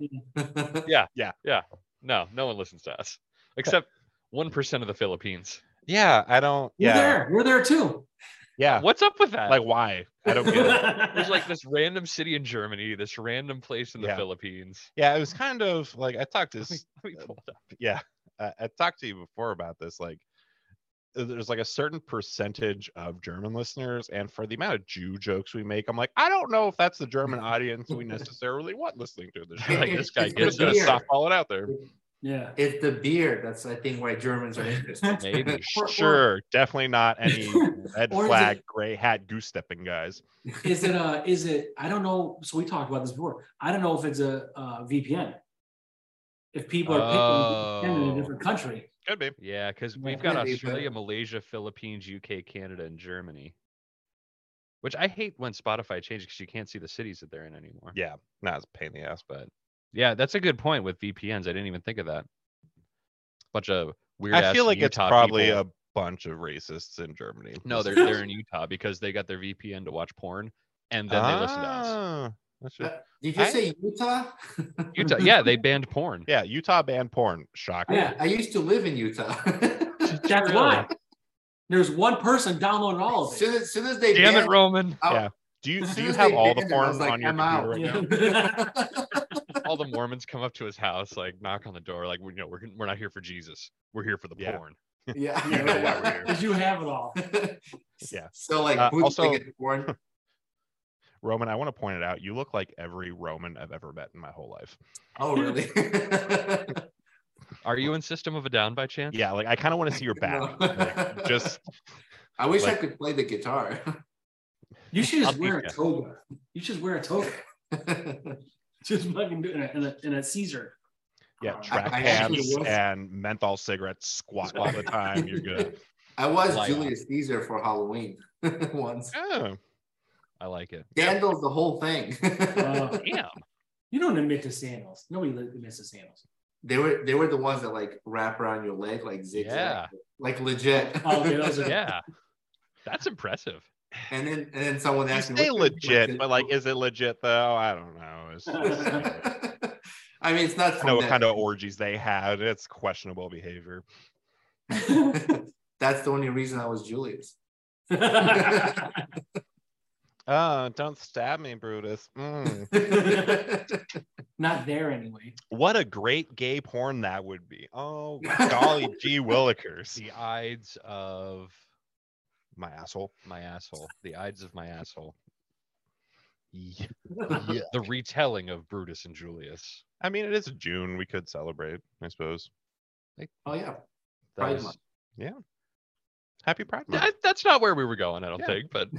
Speaker 4: No, no one listens to us except one percent of the Philippines.
Speaker 1: Yeah, I don't.
Speaker 2: We're
Speaker 1: Yeah,
Speaker 2: there. We're there too.
Speaker 1: yeah.
Speaker 4: What's up with that?
Speaker 1: Like why? I don't get it.
Speaker 4: there's like this random city in Germany, this random place in the
Speaker 1: Yeah.
Speaker 4: Philippines.
Speaker 1: Yeah, it was kind of like I talked to
Speaker 4: Let me,
Speaker 1: s-
Speaker 4: let me
Speaker 1: uh,
Speaker 4: pull it up.
Speaker 1: yeah I, I talked to you before about this like uh, there's like a certain percentage of german listeners and for the amount of jew jokes we make i'm like i don't know if that's the german audience we necessarily want listening to this show. like
Speaker 4: It-
Speaker 1: this
Speaker 4: it-
Speaker 1: guy
Speaker 4: it's
Speaker 1: gets
Speaker 4: the
Speaker 1: to
Speaker 4: beer.
Speaker 1: softball it out there
Speaker 2: yeah.
Speaker 3: It's the beer. That's I think why Germans are interested.
Speaker 4: Maybe.
Speaker 2: Or- or-
Speaker 1: sure definitely not any red
Speaker 2: Or is
Speaker 1: flag
Speaker 2: it-
Speaker 1: gray hat goose stepping guys
Speaker 2: is it uh is it i don't know so we talked about this before i don't know if it's a uh, vpn if people are picking VPN in
Speaker 4: Oh.
Speaker 2: a different country
Speaker 1: could be
Speaker 4: Yeah, because
Speaker 3: Yeah,
Speaker 4: we've got
Speaker 3: maybe,
Speaker 4: Australia,
Speaker 3: but-
Speaker 4: Malaysia, Philippines, UK, Canada, and Germany. Which I hate when Spotify changes because you can't see the cities that they're in anymore.
Speaker 1: yeah not as pain in the ass
Speaker 4: But yeah, that's a good point with VPNs. I didn't even think of that. Bunch of weird.
Speaker 1: i feel like it's probably a bunch of racists in Germany.
Speaker 4: No, they're they're in Utah because they got their VPN to watch porn and then they listen to us.
Speaker 1: Ah, that's
Speaker 3: Uh,
Speaker 1: just-
Speaker 3: Did you
Speaker 1: I-
Speaker 3: say Utah?
Speaker 4: Utah, yeah, they banned porn.
Speaker 1: yeah, Utah banned porn. Shocking.
Speaker 2: Yeah.
Speaker 3: I used to live in Utah.
Speaker 2: That's why. There's one person downloaded all of
Speaker 3: Oh, soon,
Speaker 2: it.
Speaker 3: as soon as they
Speaker 4: Damn
Speaker 3: banned-
Speaker 4: it, Roman!
Speaker 3: Oh,
Speaker 1: Yeah. Do you
Speaker 3: As
Speaker 1: do
Speaker 3: soon
Speaker 1: you
Speaker 3: as
Speaker 1: have
Speaker 3: they
Speaker 1: all the
Speaker 3: banned it, I was
Speaker 1: porn
Speaker 3: like,
Speaker 1: on your
Speaker 3: I'm
Speaker 1: computer
Speaker 3: out.
Speaker 1: right now?
Speaker 4: All the Mormons come up to his house, like knock on the door, like we you know we're we're not here for Jesus, we're here for the
Speaker 1: Yeah.
Speaker 4: porn.
Speaker 3: yeah.
Speaker 1: You know why we're here.
Speaker 2: Because you have it all.
Speaker 1: Yeah.
Speaker 3: So like
Speaker 1: Uh,
Speaker 3: bootleg
Speaker 1: also-
Speaker 3: and porn.
Speaker 1: Roman, I want to point it out. You look like every Roman I've ever met in my whole life.
Speaker 3: Oh really?
Speaker 4: Are you in System of a Down by chance?
Speaker 1: Yeah, like I kind of want to see your back.
Speaker 3: No.
Speaker 1: Like, just
Speaker 3: I wish I
Speaker 1: Like-
Speaker 3: could play the guitar.
Speaker 2: You should
Speaker 4: I'll
Speaker 2: just
Speaker 4: be
Speaker 2: wear a
Speaker 4: there.
Speaker 2: toga. You should just wear a toga. Just fucking do it in a, in a, in a Caesar.
Speaker 1: yeah,
Speaker 2: Uh,
Speaker 1: track
Speaker 3: I- I actually
Speaker 1: pants
Speaker 3: was-
Speaker 1: and menthol cigarettes, squat all the time. You're good.
Speaker 3: I was
Speaker 4: Light on.
Speaker 3: Julius Caesar for Halloween once.
Speaker 1: Yeah.
Speaker 4: I like it.
Speaker 3: Sandals the whole thing.
Speaker 2: Uh,
Speaker 4: Damn.
Speaker 2: you don't admit to sandals. Nobody li- admits to sandals.
Speaker 3: they were they were the ones that like wrap around your leg like zigzag.
Speaker 4: Yeah.
Speaker 3: Like legit.
Speaker 2: Oh, okay, those are-
Speaker 4: Yeah. That's impressive.
Speaker 3: And then and then someone
Speaker 1: You
Speaker 3: asked me
Speaker 1: say
Speaker 3: "What's your
Speaker 1: legit,
Speaker 3: question?"
Speaker 1: but like, is it legit though? I don't know. It's, I
Speaker 3: I mean, it's not
Speaker 1: know
Speaker 3: from
Speaker 1: what
Speaker 3: that.
Speaker 1: kind of orgies they had. It's questionable behavior.
Speaker 3: That's the only reason I was Julius.
Speaker 1: Oh, don't stab me, Brutus. Mm.
Speaker 2: Not there anyway.
Speaker 1: what a great gay porn that would be. Oh, golly gee willikers.
Speaker 4: The Ides of
Speaker 1: My asshole.
Speaker 4: my asshole. The Ides of my asshole.
Speaker 1: Yeah.
Speaker 4: The retelling of Brutus and Julius.
Speaker 1: I mean, it is June. We could celebrate, I suppose.
Speaker 3: oh yeah.
Speaker 4: That
Speaker 3: Pride
Speaker 4: was-
Speaker 3: Month.
Speaker 1: Happy Pride Month.
Speaker 4: That- that's not where we were going, I don't
Speaker 1: Yeah.
Speaker 4: think, but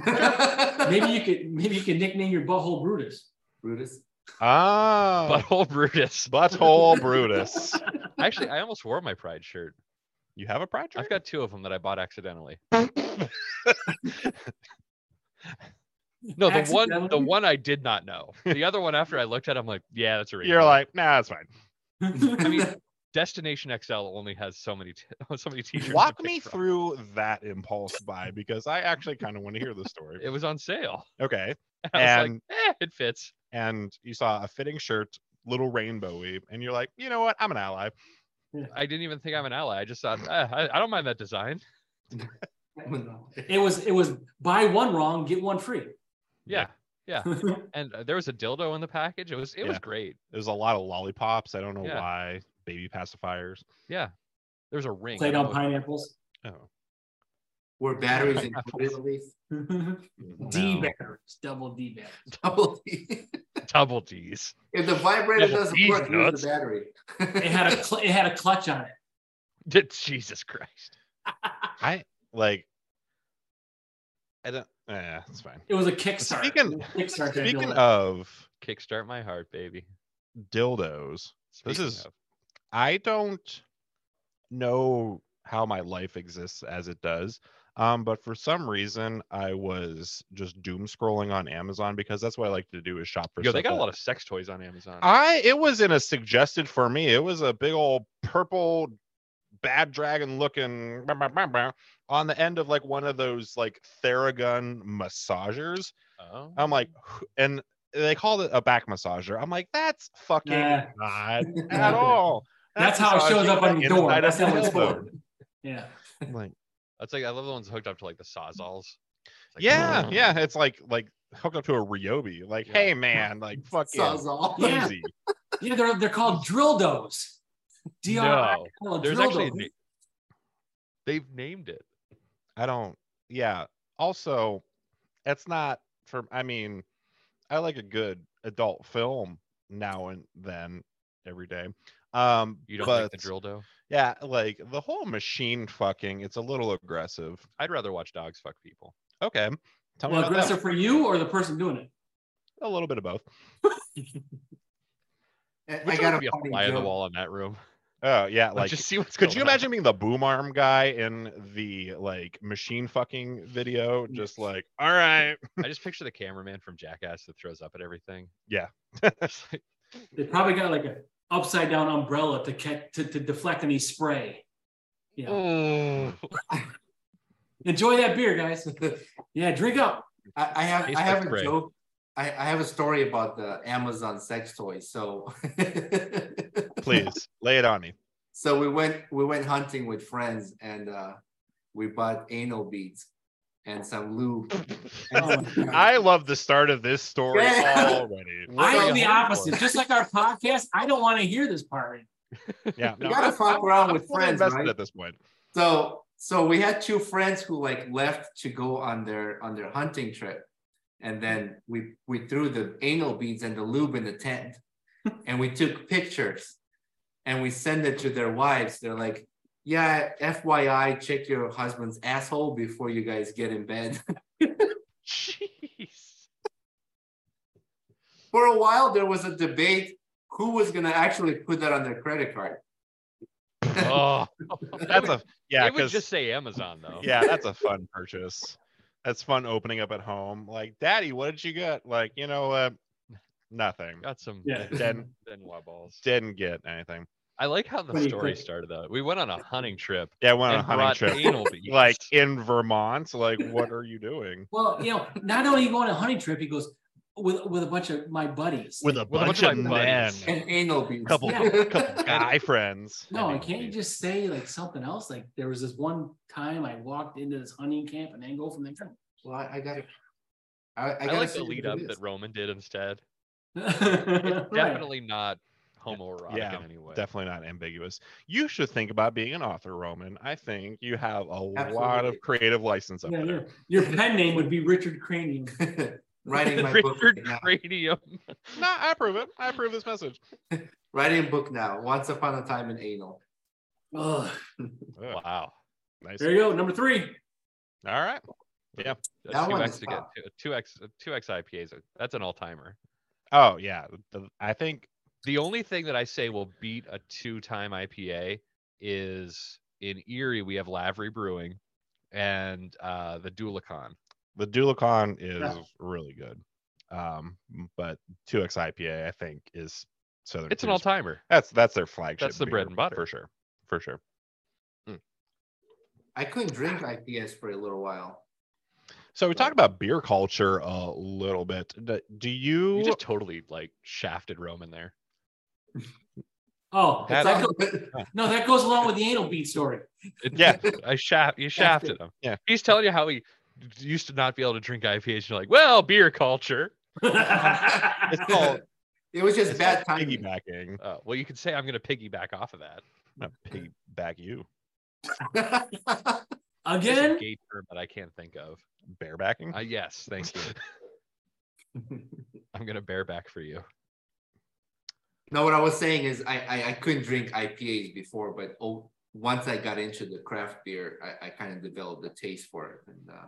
Speaker 2: Maybe you could maybe you could nickname your butthole Brutus.
Speaker 3: Brutus.
Speaker 1: Ah,
Speaker 4: butthole Brutus.
Speaker 1: butthole Brutus.
Speaker 4: Actually, I almost wore my pride shirt.
Speaker 1: You have a pride
Speaker 4: I've
Speaker 1: shirt?
Speaker 4: got two of them that I bought accidentally. No, the one the
Speaker 2: Accidentally?
Speaker 4: one I did not know. The other one after I looked at, it, I'm like, yeah, that's a rainbow.
Speaker 1: You're like, nah, that's fine.
Speaker 3: I
Speaker 4: mean- Destination XL only has so many t- so many t-shirts. to
Speaker 1: Walk
Speaker 4: pick
Speaker 1: me
Speaker 4: from.
Speaker 1: through that impulse buy because I actually kind of want to hear the story.
Speaker 4: It was on sale.
Speaker 1: Okay.
Speaker 4: I was
Speaker 1: And-
Speaker 4: like, eh, it fits.
Speaker 1: And you saw a fitting shirt, little rainbowy, and you're like, you know what? I'm an ally.
Speaker 4: I didn't even think I'm an ally. I just thought, eh, I, I don't mind that design.
Speaker 2: it was it was buy one wrong, get one free.
Speaker 4: Yeah.
Speaker 1: Yeah.
Speaker 4: And uh, there was a dildo in the package. It was it was
Speaker 1: Yeah.
Speaker 4: great.
Speaker 1: There's a lot of lollipops. I don't know
Speaker 4: Yeah.
Speaker 1: why. Baby pacifiers.
Speaker 4: Yeah. There was a ring. I
Speaker 2: Played
Speaker 4: don't
Speaker 2: on
Speaker 4: know if-
Speaker 2: pineapples.
Speaker 1: Oh.
Speaker 3: Were batteries included at least?
Speaker 2: D
Speaker 1: No.
Speaker 2: batteries, double D batteries.
Speaker 3: Double D.
Speaker 4: Double D's.
Speaker 3: if the vibrator
Speaker 4: Double
Speaker 3: doesn't
Speaker 4: D's,
Speaker 3: work, use
Speaker 4: nuts.
Speaker 3: the battery.
Speaker 2: It had a cl- it had a clutch on it.
Speaker 4: Jesus Christ.
Speaker 1: I like. I don't. Yeah, it's fine.
Speaker 2: It was a Kickstarter.
Speaker 1: Speaking-
Speaker 2: Kickstarter
Speaker 1: Speaking
Speaker 2: built.
Speaker 1: of
Speaker 4: Kickstart my heart, baby.
Speaker 1: dildos, This
Speaker 4: Speaking
Speaker 1: is-
Speaker 4: of,
Speaker 1: I don't know how my life exists as it does. Um, but for some reason, I was just doom scrolling on Amazon because that's what I like to do is shop for.
Speaker 4: yo, they got a
Speaker 1: stuff
Speaker 4: lot
Speaker 1: that-
Speaker 4: of sex toys on Amazon.
Speaker 1: I it was in a suggested for me. It was a big old purple bad dragon looking bah, bah, bah, bah, on the end of like one of those like Theragun massagers.
Speaker 4: oh.
Speaker 1: I'm like, "Wh- and they called it a back massager. I'm like, that's fucking
Speaker 2: Nah.
Speaker 1: not at
Speaker 2: Nah.
Speaker 1: all.
Speaker 2: That's how it shows
Speaker 1: massaging
Speaker 2: up on your
Speaker 1: the
Speaker 2: door.
Speaker 1: inside of
Speaker 2: That's how
Speaker 1: the
Speaker 2: it's
Speaker 1: dildo.
Speaker 2: for. Yeah.
Speaker 1: I'm like,
Speaker 4: That's like I love the ones hooked up to like the sawzalls. It's like,
Speaker 1: yeah, yeah. It's like like hooked up to a Ryobi. Like,
Speaker 4: Yeah.
Speaker 1: hey man, like fucking
Speaker 3: Sawzall.
Speaker 2: Yeah.
Speaker 1: easy.
Speaker 2: Yeah, they're they're called drill does. D R I
Speaker 4: No,
Speaker 2: L,
Speaker 4: There's
Speaker 2: drill
Speaker 4: actually a
Speaker 2: does.
Speaker 4: na- they've named it.
Speaker 1: I don't. Yeah. Also, it's not for. I mean, I like a good adult film now and then every day. Um,
Speaker 4: You don't
Speaker 1: but,
Speaker 4: like the drill dough?
Speaker 1: Yeah, like the whole machine fucking. It's a little aggressive.
Speaker 4: I'd rather watch dogs fuck people.
Speaker 1: Okay. Tell me
Speaker 2: well,
Speaker 1: about that.
Speaker 2: aggressive for you or the person doing it?
Speaker 1: A little bit of both.
Speaker 3: I
Speaker 4: Would you
Speaker 3: got
Speaker 4: like to
Speaker 3: a
Speaker 4: be a
Speaker 3: funny
Speaker 4: fly on the
Speaker 3: joke.
Speaker 4: wall in that room?
Speaker 1: Oh yeah,
Speaker 4: Like,
Speaker 1: like
Speaker 4: just see what's
Speaker 1: could
Speaker 4: going
Speaker 1: you
Speaker 4: on.
Speaker 1: imagine being the boom arm guy in the like machine fucking video? Just like, all right,
Speaker 4: I just picture the cameraman from Jackass that throws up at everything.
Speaker 1: Yeah.
Speaker 4: It's like,
Speaker 2: They probably got like a upside
Speaker 1: Mm.
Speaker 2: down umbrella to catch to, to deflect any spray. Yeah.
Speaker 4: "Oh."
Speaker 2: Enjoy that beer, guys. Yeah, drink up.
Speaker 3: I, I have
Speaker 4: Tastes
Speaker 3: I have
Speaker 4: like
Speaker 3: a
Speaker 4: bread.
Speaker 3: joke. I, I have a story about the Amazon sex toys. So
Speaker 1: Please lay it on me.
Speaker 3: so we went we went hunting with friends and uh, we bought anal beads and some lube.
Speaker 2: Oh,
Speaker 1: I love the start of this story
Speaker 3: Yeah.
Speaker 1: already. What
Speaker 2: I
Speaker 1: are
Speaker 2: am
Speaker 1: you
Speaker 2: the
Speaker 1: hoping
Speaker 2: opposite.
Speaker 1: for?
Speaker 2: Just like our podcast, I don't want to hear this part.
Speaker 1: Yeah,
Speaker 3: You gotta
Speaker 1: I'm-
Speaker 3: fuck
Speaker 1: I'm-
Speaker 3: around
Speaker 1: I'm
Speaker 3: with
Speaker 1: fully
Speaker 3: friends,
Speaker 1: invested
Speaker 3: right?
Speaker 1: at this point.
Speaker 3: so so we had two friends who like left to go on their on their hunting trip and then we we threw the anal beads and the lube in the tent and we took pictures and we send it to their wives they're like yeah fyi check your husband's asshole before you guys get in bed
Speaker 4: Jeez.
Speaker 3: for a while there was a debate who was going to actually put that on their credit card
Speaker 4: Oh,
Speaker 1: That's a yeah,
Speaker 4: it would
Speaker 1: because
Speaker 4: just say Amazon though.
Speaker 1: yeah, that's a fun purchase. That's fun opening up at home. Like, Daddy, what did you get? Like, you know what? Nothing.
Speaker 4: Got some
Speaker 2: Yeah.
Speaker 1: Didn't
Speaker 4: Benoit balls.
Speaker 1: didn't get anything.
Speaker 4: I like how the
Speaker 2: Pretty
Speaker 4: story
Speaker 2: quick.
Speaker 4: started though. We went on a hunting trip
Speaker 1: Yeah, I went on a
Speaker 4: and
Speaker 1: hunting
Speaker 4: brought
Speaker 1: trip.
Speaker 4: anal beads.
Speaker 1: Like in Vermont. Like, what are you doing?
Speaker 2: Well, you know, not only you go on a hunting trip, he goes with with a bunch of my buddies.
Speaker 1: With a
Speaker 4: With a
Speaker 1: bunch,
Speaker 4: bunch of
Speaker 1: of
Speaker 4: my
Speaker 1: men.
Speaker 4: buddies.
Speaker 3: and anal beads
Speaker 1: Couple,
Speaker 2: Yeah.
Speaker 1: couple guy friends.
Speaker 2: No,
Speaker 1: Anyway.
Speaker 2: and can't you just say like something else? Like there was this one time I walked into this hunting camp and then go from
Speaker 3: well i, I got to I, I,
Speaker 4: I,
Speaker 3: gotta
Speaker 4: like
Speaker 3: see
Speaker 4: the
Speaker 3: what
Speaker 4: lead
Speaker 3: it
Speaker 4: up
Speaker 3: is.
Speaker 4: that Roman did instead.
Speaker 2: there. Right.
Speaker 4: Definitely not homoerotic
Speaker 1: Yeah,
Speaker 4: in any way.
Speaker 1: Definitely not ambiguous. You should think about being an author, Roman. I think you have a lot
Speaker 3: Absolutely.
Speaker 1: of creative license up
Speaker 2: Yeah,
Speaker 1: there.
Speaker 2: yeah. Your pen name would be Richard Cranium.
Speaker 3: writing my book
Speaker 4: Richard oh,
Speaker 3: now.
Speaker 4: Cranium.
Speaker 1: No, I approve it. I approve this message.
Speaker 3: writing a book now once upon a time in anal
Speaker 2: Ugh.
Speaker 1: Ugh,
Speaker 4: Wow.
Speaker 1: nice.
Speaker 2: There you go, number three.
Speaker 1: All right.
Speaker 4: That's
Speaker 3: That
Speaker 4: two
Speaker 3: one
Speaker 4: X
Speaker 3: is
Speaker 4: again. Two, two X two X IPAs. That's an all timer.
Speaker 1: Oh yeah, The- I think
Speaker 4: The only thing that I say will beat a two time IPA is in Erie we have Lavery Brewing and uh the Dulicon.
Speaker 1: the Dulacan is
Speaker 2: Yeah.
Speaker 1: really good, um, but two X IPA I think is Southern.
Speaker 4: It's an all
Speaker 1: Tier's-
Speaker 4: timer.
Speaker 1: That's that's their flagship.
Speaker 4: That's the bread
Speaker 1: beer,
Speaker 4: and butter.
Speaker 1: for sure, for sure.
Speaker 3: i couldn't drink ips for a little while
Speaker 1: So we
Speaker 3: Right.
Speaker 1: talked about beer culture a little bit. Do- Do you?
Speaker 4: You just totally like shafted Roman there.
Speaker 2: Oh,
Speaker 4: That-
Speaker 2: that go- no, that goes along with the anal bead story.
Speaker 1: yeah,
Speaker 4: I shaft you shafted him.
Speaker 1: Yeah.
Speaker 4: He's telling you how he d- used to not be able to drink IPAs. You're like, well, beer culture.
Speaker 1: it's called
Speaker 3: it was just
Speaker 1: it's
Speaker 3: bad
Speaker 1: called
Speaker 3: timing
Speaker 1: piggybacking.
Speaker 4: Uh, well, you could say I'm gonna piggyback off of that.
Speaker 1: I'm gonna piggyback you.
Speaker 4: There's
Speaker 2: Again,
Speaker 4: a gay term that I can't think of.
Speaker 1: Barebacking.
Speaker 4: Uh, yes, thank you. I'm gonna bear back for you.
Speaker 3: no what i was saying is i i, I couldn't drink ipas before but oh once i got into the craft beer i, I kind of developed a taste for it and uh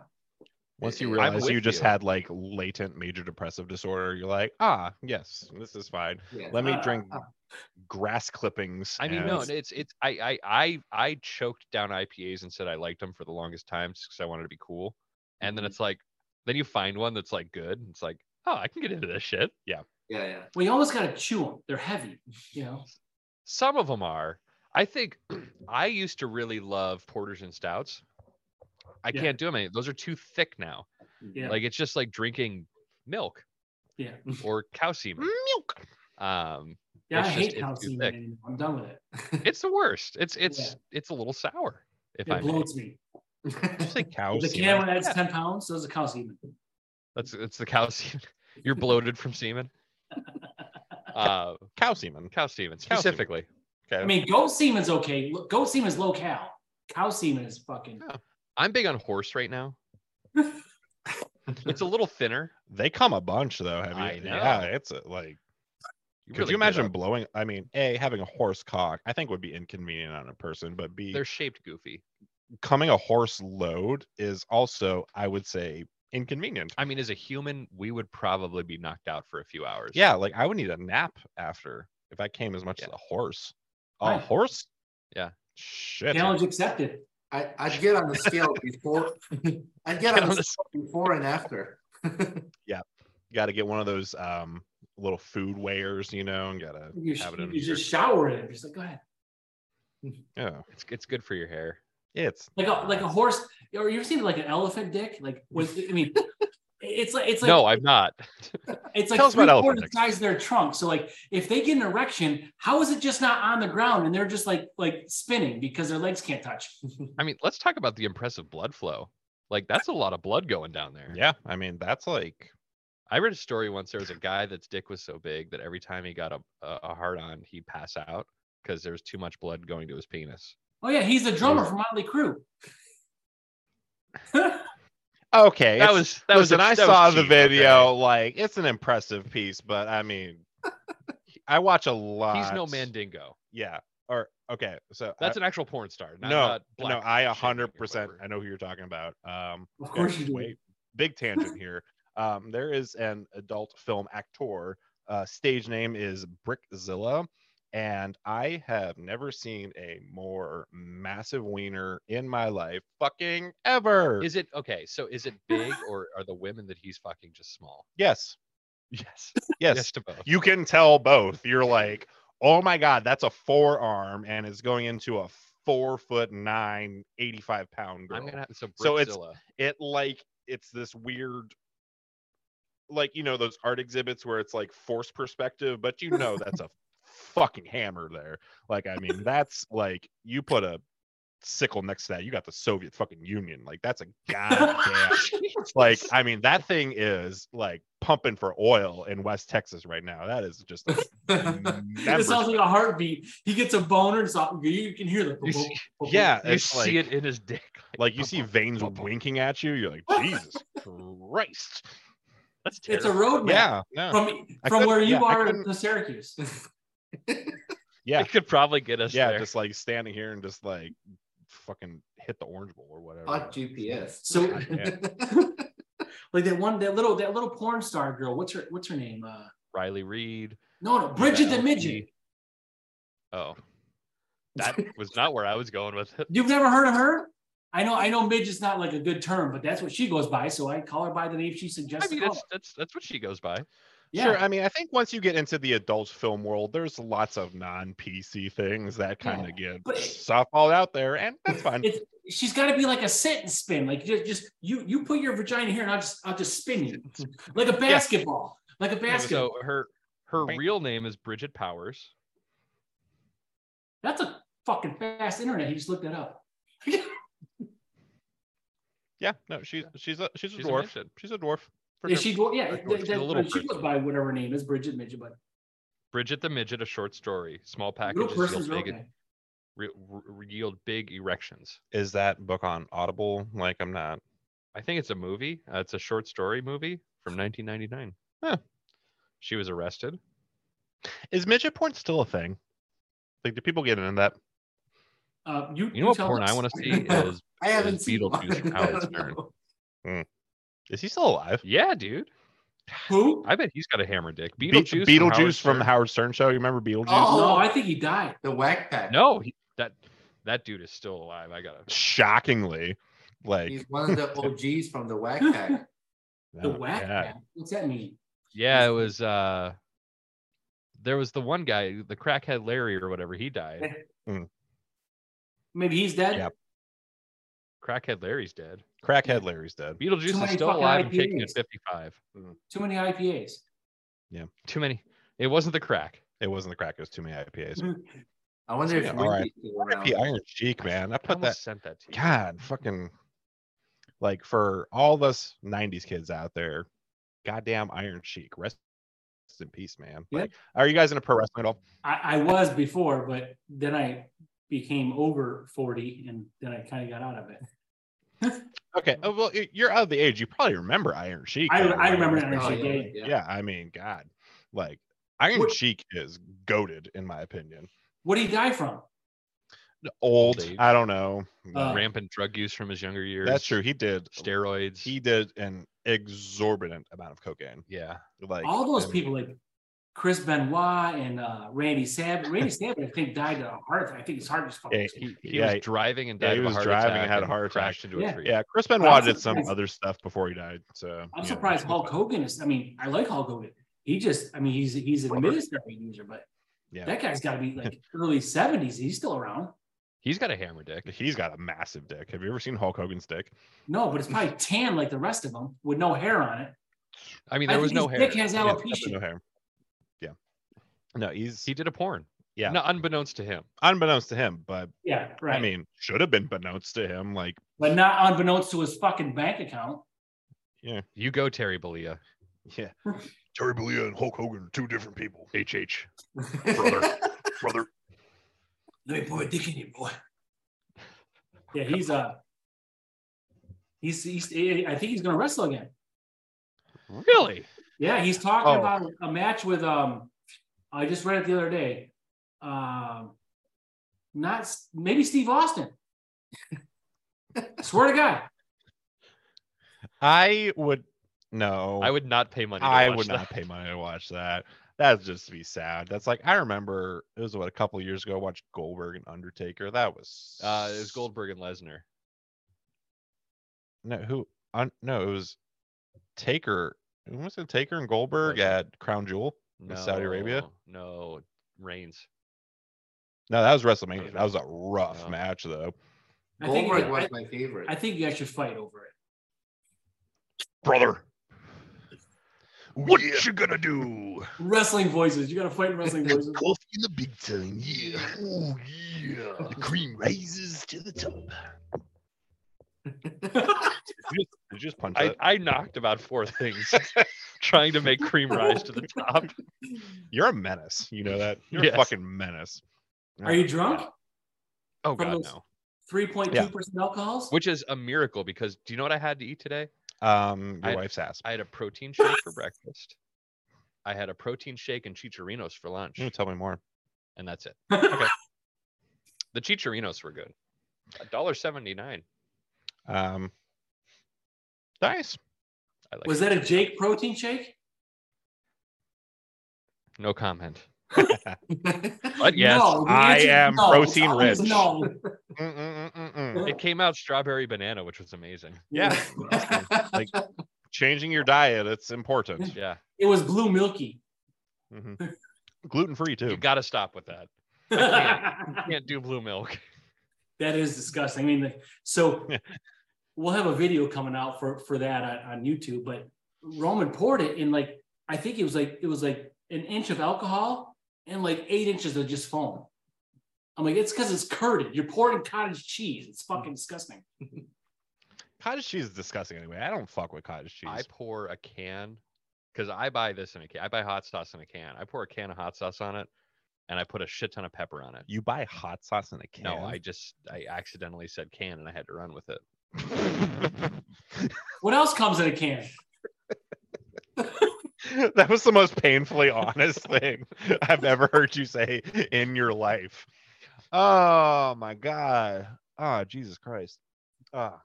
Speaker 1: Once you
Speaker 3: I'm
Speaker 1: realize you
Speaker 4: with
Speaker 1: just
Speaker 4: you.
Speaker 1: had like latent major depressive disorder, you're like, ah, yes, this is fine.
Speaker 3: yeah
Speaker 1: Let me
Speaker 2: Ah.
Speaker 1: drink grass clippings.
Speaker 4: I mean, no,
Speaker 1: and-
Speaker 4: it's it's I I I I choked down IPAs and said I liked them for the longest time because I wanted to be cool. And then
Speaker 2: Mm-hmm.
Speaker 4: it's like, then you find one that's like good. And it's like, oh, I can get into this shit.
Speaker 3: yeah yeah
Speaker 2: well, you almost got to chew them. They're heavy, you know.
Speaker 4: Some of them are. I think I used to really love porters and stouts. I
Speaker 2: Yeah.
Speaker 4: can't do them anymore. Those are too thick now.
Speaker 2: Yeah.
Speaker 4: Like it's just like drinking milk.
Speaker 2: Yeah.
Speaker 4: Or cow semen.
Speaker 1: milk.
Speaker 2: Mm.
Speaker 4: Um,
Speaker 2: Yeah,
Speaker 4: It's
Speaker 2: I
Speaker 4: just-
Speaker 2: hate
Speaker 4: it's
Speaker 2: how
Speaker 4: too
Speaker 2: semen
Speaker 4: thick.
Speaker 2: anymore. I'm done with it.
Speaker 4: it's the worst. It's it's it's a little sour. If I
Speaker 2: It
Speaker 4: may.
Speaker 2: bloats me.
Speaker 1: Just like cow
Speaker 2: The
Speaker 1: semen.
Speaker 2: camera adds 10 pounds, so does the cow semen.
Speaker 4: that's it's the cow semen. You're bloated from semen. Uh,
Speaker 1: Cow semen.
Speaker 4: cow semen
Speaker 1: Cow semen.
Speaker 4: specifically.
Speaker 1: Okay.
Speaker 2: I mean, goat semen's okay. Lo- Goat semen's low cal. Cow semen is fucking.
Speaker 4: I'm big on horse right now. it's a little thinner.
Speaker 1: they come a bunch though. Have you?
Speaker 4: I
Speaker 1: Yeah,
Speaker 4: know.
Speaker 1: it's a, like. Could
Speaker 4: really
Speaker 1: you
Speaker 4: get
Speaker 1: imagine
Speaker 4: up.
Speaker 1: blowing? I mean, a having a horse cock, I think would be inconvenient on a person, but b
Speaker 4: They're shaped goofy.
Speaker 1: coming a horse load is also, I would say, inconvenient.
Speaker 4: I mean, as a human, we would probably be knocked out for a few hours.
Speaker 1: Yeah, like I would need a nap after if I came as much as
Speaker 4: Yeah.
Speaker 1: a horse. A
Speaker 2: Right.
Speaker 1: horse?
Speaker 4: Yeah.
Speaker 1: Shit.
Speaker 2: Challenge accepted.
Speaker 3: I, I'd get on the scale before I'd get on the scale before and after.
Speaker 1: Got to get one of those um little food wares, you know, and gotta
Speaker 2: You,
Speaker 1: have it
Speaker 2: you
Speaker 1: in
Speaker 2: just
Speaker 1: your-
Speaker 2: shower in it. Just like, go ahead.
Speaker 1: yeah.
Speaker 4: It's, it's good for your hair.
Speaker 1: It's
Speaker 2: like a like a horse. Or you ever seen like an elephant dick? Like with I mean, it's like it's like
Speaker 4: no, I'm not.
Speaker 2: it's like
Speaker 1: Tell us about
Speaker 2: three quarters
Speaker 1: elephant
Speaker 2: the size of their trunk. So like if they get an erection, how is it just not on the ground and they're just like like spinning because their legs can't touch?
Speaker 4: I mean, let's talk about the impressive blood flow. Like that's a lot of blood going down there.
Speaker 1: yeah. I mean, that's like
Speaker 4: I read a story once. There was a guy that's dick was so big that every time he got a a, a hard on, he'd pass out because there was too much blood going to his penis.
Speaker 2: Oh yeah, he's a drummer from Motley Crue.
Speaker 1: okay.
Speaker 4: That
Speaker 1: it's-
Speaker 4: was that was.
Speaker 1: Listen, I
Speaker 4: that was
Speaker 1: saw the
Speaker 4: cheap, okay?
Speaker 1: video. Like, it's an impressive piece, but I mean, I watch a lot. Uh,
Speaker 4: He's no Mandingo.
Speaker 1: Yeah. Or okay, so I-
Speaker 4: That's an actual porn star. Not,
Speaker 1: no,
Speaker 4: not black
Speaker 1: no. I a
Speaker 4: shaming or
Speaker 1: hundred percent.
Speaker 4: whatever.
Speaker 1: I know who you're talking about. Um,
Speaker 2: Of
Speaker 1: okay,
Speaker 2: course you do.
Speaker 1: wait, big tangent here. Um, there is an adult film actor. Uh, stage name is Brickzilla, and I have never seen a more massive wiener in my life, fucking ever.
Speaker 4: Is it okay? So is it big or are the women that he's fucking just small?
Speaker 1: yes,
Speaker 4: Yes.
Speaker 1: yes,
Speaker 4: Yes to both.
Speaker 1: you can tell both. You're like, oh my God, that's a forearm and it's going into a four foot nine, 85 pound girl.
Speaker 4: I'm gonna have so
Speaker 1: So it's-
Speaker 4: Brazilla.
Speaker 1: It like, it's this weird, like, you know, those art exhibits where it's like force perspective, but you know, that's a fucking hammer there. Like, I mean, that's like, you put a sickle next to that, you got the Soviet fucking Union. Like, that's a goddamn like i mean that thing is like pumping for oil in west texas right now that is just like,
Speaker 2: It
Speaker 1: members-
Speaker 2: sounds like a heartbeat. He gets a boner and it's all, you can hear the
Speaker 4: You see-
Speaker 1: yeah
Speaker 4: you
Speaker 1: it's
Speaker 4: see
Speaker 1: like,
Speaker 4: it in his dick.
Speaker 1: like you see veins
Speaker 4: bum, bum.
Speaker 1: winking at you you're like jesus christ
Speaker 4: That's
Speaker 2: It's a
Speaker 4: terrible.
Speaker 2: road map
Speaker 1: yeah no
Speaker 2: from
Speaker 1: I
Speaker 2: from
Speaker 1: couldn't-
Speaker 2: where you
Speaker 1: yeah, I
Speaker 2: are
Speaker 1: couldn't-
Speaker 2: to Syracuse.
Speaker 1: yeah.
Speaker 4: It could probably get us
Speaker 1: yeah
Speaker 4: there.
Speaker 1: just like standing here and just like fucking hit the orange bowl or whatever
Speaker 3: Hot GPS.
Speaker 2: So-
Speaker 1: God damn.
Speaker 2: Like that one, that little that little porn star girl. What's her what's her name? Uh,
Speaker 4: Riley Reed.
Speaker 2: no, no,
Speaker 4: Eva
Speaker 2: Bridget the
Speaker 4: LP.
Speaker 2: midget.
Speaker 4: Oh. That was not where I was going with it.
Speaker 2: You've never heard of her? I know, I know, midget's not like a good term, but that's what she goes by. So I call her by the name she
Speaker 4: I
Speaker 2: suggests.
Speaker 4: mean
Speaker 2: to call
Speaker 4: that's
Speaker 2: her.
Speaker 4: that's that's what she goes by.
Speaker 2: yeah,
Speaker 1: Sure. I mean, I think once you get into the adult film world, there's lots of non PC things that
Speaker 2: Yeah,
Speaker 1: kind of get
Speaker 2: but-
Speaker 1: softballed out there, and that's fine.
Speaker 2: it's she's got to be like a sit and spin. Like just, just you, you put your vagina here, and I'll just, I'll just spin you like a basketball, like a basketball.
Speaker 4: So her her
Speaker 1: Right.
Speaker 4: real name is Bridget Powers.
Speaker 2: That's a fucking fast internet. He just looked that up.
Speaker 1: Yeah, no, she's she's a she's a
Speaker 4: She's a
Speaker 1: dwarf.
Speaker 4: midget.
Speaker 1: she's a dwarf. for
Speaker 2: Yeah,
Speaker 1: sure.
Speaker 2: she go, yeah,
Speaker 1: Or
Speaker 2: that,
Speaker 4: she's a little
Speaker 2: that, she
Speaker 4: person.
Speaker 2: goes by whatever her name is, Bridget Midget, but
Speaker 4: Bridget the midget, a short story. Small
Speaker 2: little
Speaker 4: packages
Speaker 2: person's
Speaker 4: yield big,
Speaker 2: okay.
Speaker 4: re, re- yield big erections.
Speaker 1: Is that book on Audible? Like, I'm not.
Speaker 4: I think it's a movie. Uh, it's a short story movie from 1999.
Speaker 1: Huh.
Speaker 4: She was arrested.
Speaker 1: Is midget porn still a thing? Like, do people get into that?
Speaker 2: Uh, you,
Speaker 4: You know what
Speaker 2: tell
Speaker 4: porn I
Speaker 2: us.
Speaker 4: want to see is
Speaker 3: I haven't seen
Speaker 4: Beetlejuice
Speaker 3: one.
Speaker 4: Howard
Speaker 3: I don't
Speaker 4: Stern.
Speaker 3: know.
Speaker 1: Is he still alive?
Speaker 4: yeah, dude.
Speaker 2: Who?
Speaker 4: I bet he's got a hammer dick.
Speaker 1: Be-
Speaker 4: Beetlejuice. from
Speaker 1: Beetlejuice
Speaker 4: Howard
Speaker 1: from the
Speaker 4: Stern.
Speaker 1: Howard Stern show. You remember Beetlejuice?
Speaker 3: Oh.
Speaker 2: No, I think he died.
Speaker 3: The Whack Pack.
Speaker 4: No, he, that that dude is still alive. I gotta.
Speaker 1: Shockingly, like
Speaker 3: He's one of the OGs from the Whack Pack.
Speaker 2: The
Speaker 1: oh,
Speaker 2: whack.
Speaker 1: yeah.
Speaker 2: man. What's that mean?
Speaker 4: Yeah, it was. uh There was the one guy, the crackhead Larry or whatever. He died.
Speaker 2: Eh. Maybe he's dead.
Speaker 1: Yep.
Speaker 4: Crackhead Larry's dead.
Speaker 1: Crackhead Larry's dead.
Speaker 4: Beetlejuice is
Speaker 2: many
Speaker 4: still
Speaker 2: fucking
Speaker 4: alive and kicking at
Speaker 2: IPAs.
Speaker 4: 55.
Speaker 2: Too many IPAs.
Speaker 4: Too many. It wasn't the crack.
Speaker 1: It wasn't the crack. It was too many IPAs.
Speaker 2: Mm,
Speaker 3: I wonder
Speaker 1: Yeah,
Speaker 3: if
Speaker 1: all right.
Speaker 3: Wendy's still around.
Speaker 1: R.I.P. Iron Cheek, man. I
Speaker 4: I
Speaker 1: put
Speaker 4: almost
Speaker 1: that.
Speaker 4: sent that to you.
Speaker 1: God, fucking. Like for all us '90s kids out there, goddamn Iron Cheek. Rest in peace, man.
Speaker 2: Yeah.
Speaker 1: Like, are you guys into pro wrestling at all?
Speaker 2: I, I was before, but then I became over 40 and then I kind of got out of it.
Speaker 1: Okay. Oh, well, y- you're of the age. You probably remember Iron Sheik.
Speaker 2: I,
Speaker 1: by the
Speaker 2: I
Speaker 1: way.
Speaker 2: remember Iron
Speaker 3: Oh,
Speaker 2: Sheik. yeah,
Speaker 3: yeah,
Speaker 2: yeah.
Speaker 1: Yeah.
Speaker 3: yeah.
Speaker 1: I mean, God, like Iron
Speaker 2: What-
Speaker 1: Sheik is goaded in my opinion.
Speaker 2: What did he die from?
Speaker 1: Old,
Speaker 4: age.
Speaker 1: I don't know.
Speaker 2: Uh,
Speaker 4: Rampant drug use from his younger years.
Speaker 1: That's true. He did.
Speaker 4: Steroids.
Speaker 1: He did an exorbitant amount of cocaine.
Speaker 4: yeah.
Speaker 1: Like
Speaker 2: All
Speaker 1: I
Speaker 2: those
Speaker 1: mean,
Speaker 2: people like Chris Benoit and uh, Randy Savage. Randy Savage, I think, died of a heart. attack. I think his heart was fucking.
Speaker 1: Yeah,
Speaker 4: He, he
Speaker 1: Yeah,
Speaker 4: was driving and
Speaker 1: yeah,
Speaker 4: died
Speaker 1: he
Speaker 4: of a
Speaker 1: was
Speaker 4: heart
Speaker 1: driving and
Speaker 4: attack
Speaker 1: had a heart attack.
Speaker 4: crashed into
Speaker 2: Yeah.
Speaker 4: a tree.
Speaker 1: Yeah, Chris Benoit did
Speaker 2: surprised-
Speaker 1: some other stuff before he died. So
Speaker 2: I'm
Speaker 1: you know.
Speaker 2: surprised Hulk Hogan is. I mean, I like Hulk Hogan. He just, I mean, he's he's an
Speaker 1: Robert.
Speaker 2: administrative user, but
Speaker 1: Yeah.
Speaker 2: that guy's got to be like early 70s. He's still around.
Speaker 4: He's got a hammer dick.
Speaker 1: He's got a massive dick. Have you ever seen Hulk Hogan's dick?
Speaker 2: No, but it's probably tan like the rest of them with no hair on it.
Speaker 4: I mean,
Speaker 2: I
Speaker 4: there was
Speaker 2: think
Speaker 4: no
Speaker 2: his
Speaker 4: hair.
Speaker 2: dick has
Speaker 4: Yeah.
Speaker 2: alopecia.
Speaker 1: Definitely No hair. Yeah. No, he's
Speaker 4: He did a porn.
Speaker 1: Yeah.
Speaker 4: No, unbeknownst to him.
Speaker 1: unbeknownst to him, but
Speaker 2: Yeah, right.
Speaker 1: I mean, should have been beknownst to him. Like,
Speaker 2: but not unbeknownst to his fucking bank account.
Speaker 4: You go, Terry Bollea.
Speaker 1: yeah. Terry Bollea and Hulk Hogan are two different people.
Speaker 4: HH.
Speaker 1: Brother. Brother.
Speaker 2: Let me pour a dick in you, boy. Yeah, he's uh he's he's I think he's gonna wrestle again.
Speaker 4: Really?
Speaker 2: Yeah, he's talking
Speaker 1: Oh.
Speaker 2: about a match with um I just read it the other day. Um not S- maybe Steve Austin. Swear to God.
Speaker 1: I would no.
Speaker 4: I would not pay money. to
Speaker 1: I
Speaker 4: watch
Speaker 1: would
Speaker 4: that.
Speaker 1: not pay money to watch that. That's just be sad. That's like I remember it was what a couple years ago. I watched Goldberg and Undertaker. That was
Speaker 4: Uh, it was Goldberg and Lesnar.
Speaker 1: No, who? Un, no, it was Taker. Who was it? Taker and Goldberg
Speaker 4: Lesnar.
Speaker 1: at Crown Jewel in Saudi Arabia.
Speaker 4: No, Reigns.
Speaker 1: No, that was WrestleMania. That was a rough
Speaker 4: No.
Speaker 1: match though.
Speaker 2: I think,
Speaker 3: Goldberg was
Speaker 2: I,
Speaker 3: my favorite.
Speaker 2: I think you guys should fight over it.
Speaker 1: Brother, what you gonna do?
Speaker 2: Wrestling voices. You gotta fight in wrestling voices.
Speaker 1: Coffee in the big time, yeah. Oh yeah. The cream rises to the top. Did you just, did you just punch
Speaker 4: I,
Speaker 1: that?
Speaker 4: I knocked about four things trying to make cream rise to the top.
Speaker 1: You're a menace. You know that. You're
Speaker 4: Yes.
Speaker 1: a fucking menace.
Speaker 2: Are you drunk?
Speaker 4: Oh,
Speaker 2: From
Speaker 4: God,
Speaker 2: those-
Speaker 4: no.
Speaker 2: 3.2% alcohols?
Speaker 4: Which is a miracle because do you know what I had to eat today?
Speaker 1: Um, your
Speaker 4: I-
Speaker 1: wife's ass.
Speaker 4: I had a protein shake for breakfast. I had a protein shake and chicharinos for lunch,
Speaker 2: Mm.
Speaker 1: You tell me more.
Speaker 4: and that's it. The chicharinos were good. A dollar seventy nine.
Speaker 1: Um, nice.
Speaker 4: I like.
Speaker 2: Was that a Jake protein shake?
Speaker 4: no comment? But yes,
Speaker 2: No, the
Speaker 1: Uh, I
Speaker 2: answer is
Speaker 1: am
Speaker 2: no. It's
Speaker 1: protein
Speaker 2: always
Speaker 1: rich.
Speaker 2: No.
Speaker 1: Mm-mm-mm-mm-mm.
Speaker 4: it came out strawberry banana, which was amazing.
Speaker 1: Yeah. Like- Changing your diet, it's important.
Speaker 4: Yeah,
Speaker 2: It was blue milky.
Speaker 1: Gluten free too.
Speaker 4: you got to stop with that.
Speaker 2: that
Speaker 4: Can't do blue milk.
Speaker 2: is disgusting. I mean, the- so
Speaker 1: Yeah.
Speaker 2: we'll have a video coming out for for that on, on YouTube. But Roman poured it in like I think it was like it was like an inch of alcohol and like eight inches of just foam. I'm like, it's because it's curded. You're pouring cottage cheese. It's fucking disgusting.
Speaker 1: Cottage cheese is disgusting anyway. I don't fuck with cottage cheese.
Speaker 4: I pour a can because I buy this in a can. I buy hot sauce in a can. I pour a can of hot sauce on it, and I put a shit ton of pepper on it.
Speaker 1: you buy hot sauce in a can.
Speaker 4: No, I just I accidentally said can, and I had to run with it.
Speaker 2: What else comes in a can?
Speaker 1: that was the most painfully honest thing I've ever heard you say in your life. Oh my god. Oh Jesus Christ. Ah.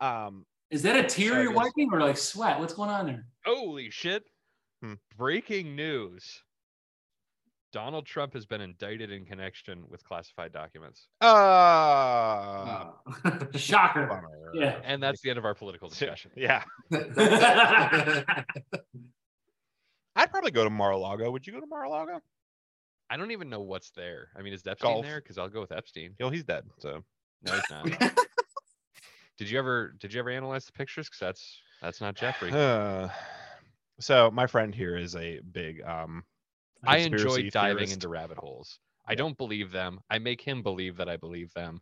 Speaker 1: Um
Speaker 2: Is that a tear
Speaker 1: So I
Speaker 2: you're
Speaker 1: guess-
Speaker 2: wiping or like sweat? What's going on there?
Speaker 4: Holy shit.
Speaker 1: Hmm.
Speaker 4: Breaking news. Donald Trump has been indicted in connection with classified documents.
Speaker 1: uh,
Speaker 3: Oh.
Speaker 2: Shocker.
Speaker 1: bummer.
Speaker 2: Yeah.
Speaker 4: And that's the end of our political discussion.
Speaker 1: Yeah. I'd probably go to Mar-a-Lago. Would you go to Mar-a-Lago?
Speaker 4: I don't even know what's there. I mean, is Epstein
Speaker 1: Golf.
Speaker 4: there? Because I'll go with Epstein.
Speaker 1: Yo, he's dead. So
Speaker 4: No, he's not. did you ever did you ever analyze the pictures? Because that's that's not Jeffrey.
Speaker 1: Uh, so my friend here is a big um
Speaker 4: I enjoy
Speaker 1: conspiracy
Speaker 4: diving
Speaker 1: theorist.
Speaker 4: into rabbit holes. I
Speaker 1: Yeah.
Speaker 4: don't believe them. I make him believe that I believe them.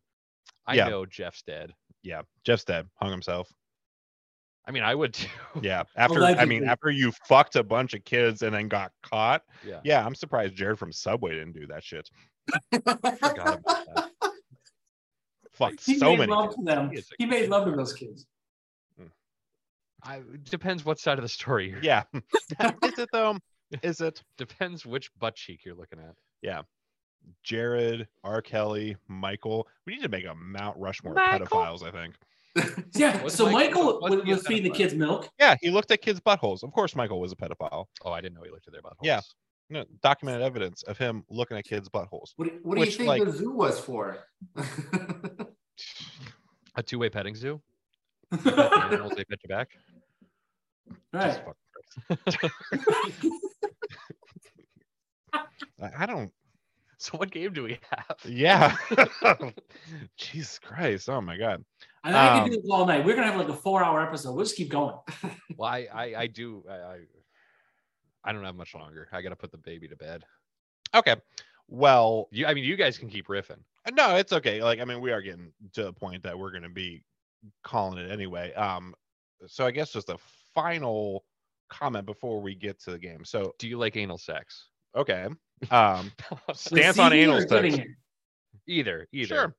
Speaker 4: I
Speaker 1: Yeah.
Speaker 4: know Jeff's dead.
Speaker 1: yeah, Jeff's dead, hung himself.
Speaker 4: I mean, I would too.
Speaker 1: Yeah. After I mean,
Speaker 2: Allegedly.
Speaker 1: after you fucked a bunch of kids and then got caught.
Speaker 4: Yeah.
Speaker 1: Yeah, I'm surprised Jared from Subway didn't do that shit.
Speaker 4: Forgot about that.
Speaker 1: Fucked
Speaker 2: He
Speaker 1: so
Speaker 2: made
Speaker 1: many.
Speaker 2: love
Speaker 1: kids.
Speaker 2: to them.
Speaker 1: He is a
Speaker 2: He made love to those kids.
Speaker 4: I, it depends what side of the story you're
Speaker 1: Yeah. is it though? Is it
Speaker 4: Depends which butt cheek you're looking at.
Speaker 1: Jared, R. Kelly, Michael? We need to make a Mount Rushmore
Speaker 4: Michael?
Speaker 1: of pedophiles. I think.
Speaker 2: Yeah.
Speaker 4: Was
Speaker 2: so Michael
Speaker 4: Michael- was
Speaker 2: was,
Speaker 4: he a
Speaker 2: was feeding the
Speaker 4: pedophile?
Speaker 2: kids milk.
Speaker 1: Yeah, he looked at kids' buttholes. Of course, Michael was a pedophile.
Speaker 4: Oh, I didn't know he looked at their buttholes.
Speaker 1: Yeah. No, documented evidence of him looking at kids' buttholes.
Speaker 3: What, do- what do
Speaker 1: Which,
Speaker 3: you think
Speaker 1: like-
Speaker 3: the zoo was for?
Speaker 4: A two-way petting zoo. You pet the
Speaker 2: right.
Speaker 4: animals, they pet you back.
Speaker 1: Jesus fucking Christ. I I don't. uh,
Speaker 4: So what game do we have?
Speaker 1: Yeah. Jesus Christ. Oh my God.
Speaker 2: I, think I
Speaker 1: Um,
Speaker 2: could do this all night. We're gonna have like a four-hour episode. We'll just keep going.
Speaker 4: Well, I I, I do I, I I don't have much longer. I gotta put the baby to bed.
Speaker 1: Okay. Well,
Speaker 4: You I mean you guys can keep riffing.
Speaker 1: Uh, no, it's okay. Like, I mean, we are getting to a point that we're going to be calling it anyway. Um, so I guess just a final comment before we get to the game. So,
Speaker 4: Do you like anal sex?
Speaker 1: okay. Um,
Speaker 2: The
Speaker 1: Stance on
Speaker 2: CD or
Speaker 1: anal
Speaker 2: getting
Speaker 1: sex.
Speaker 2: it?
Speaker 4: either, either.
Speaker 1: Sure.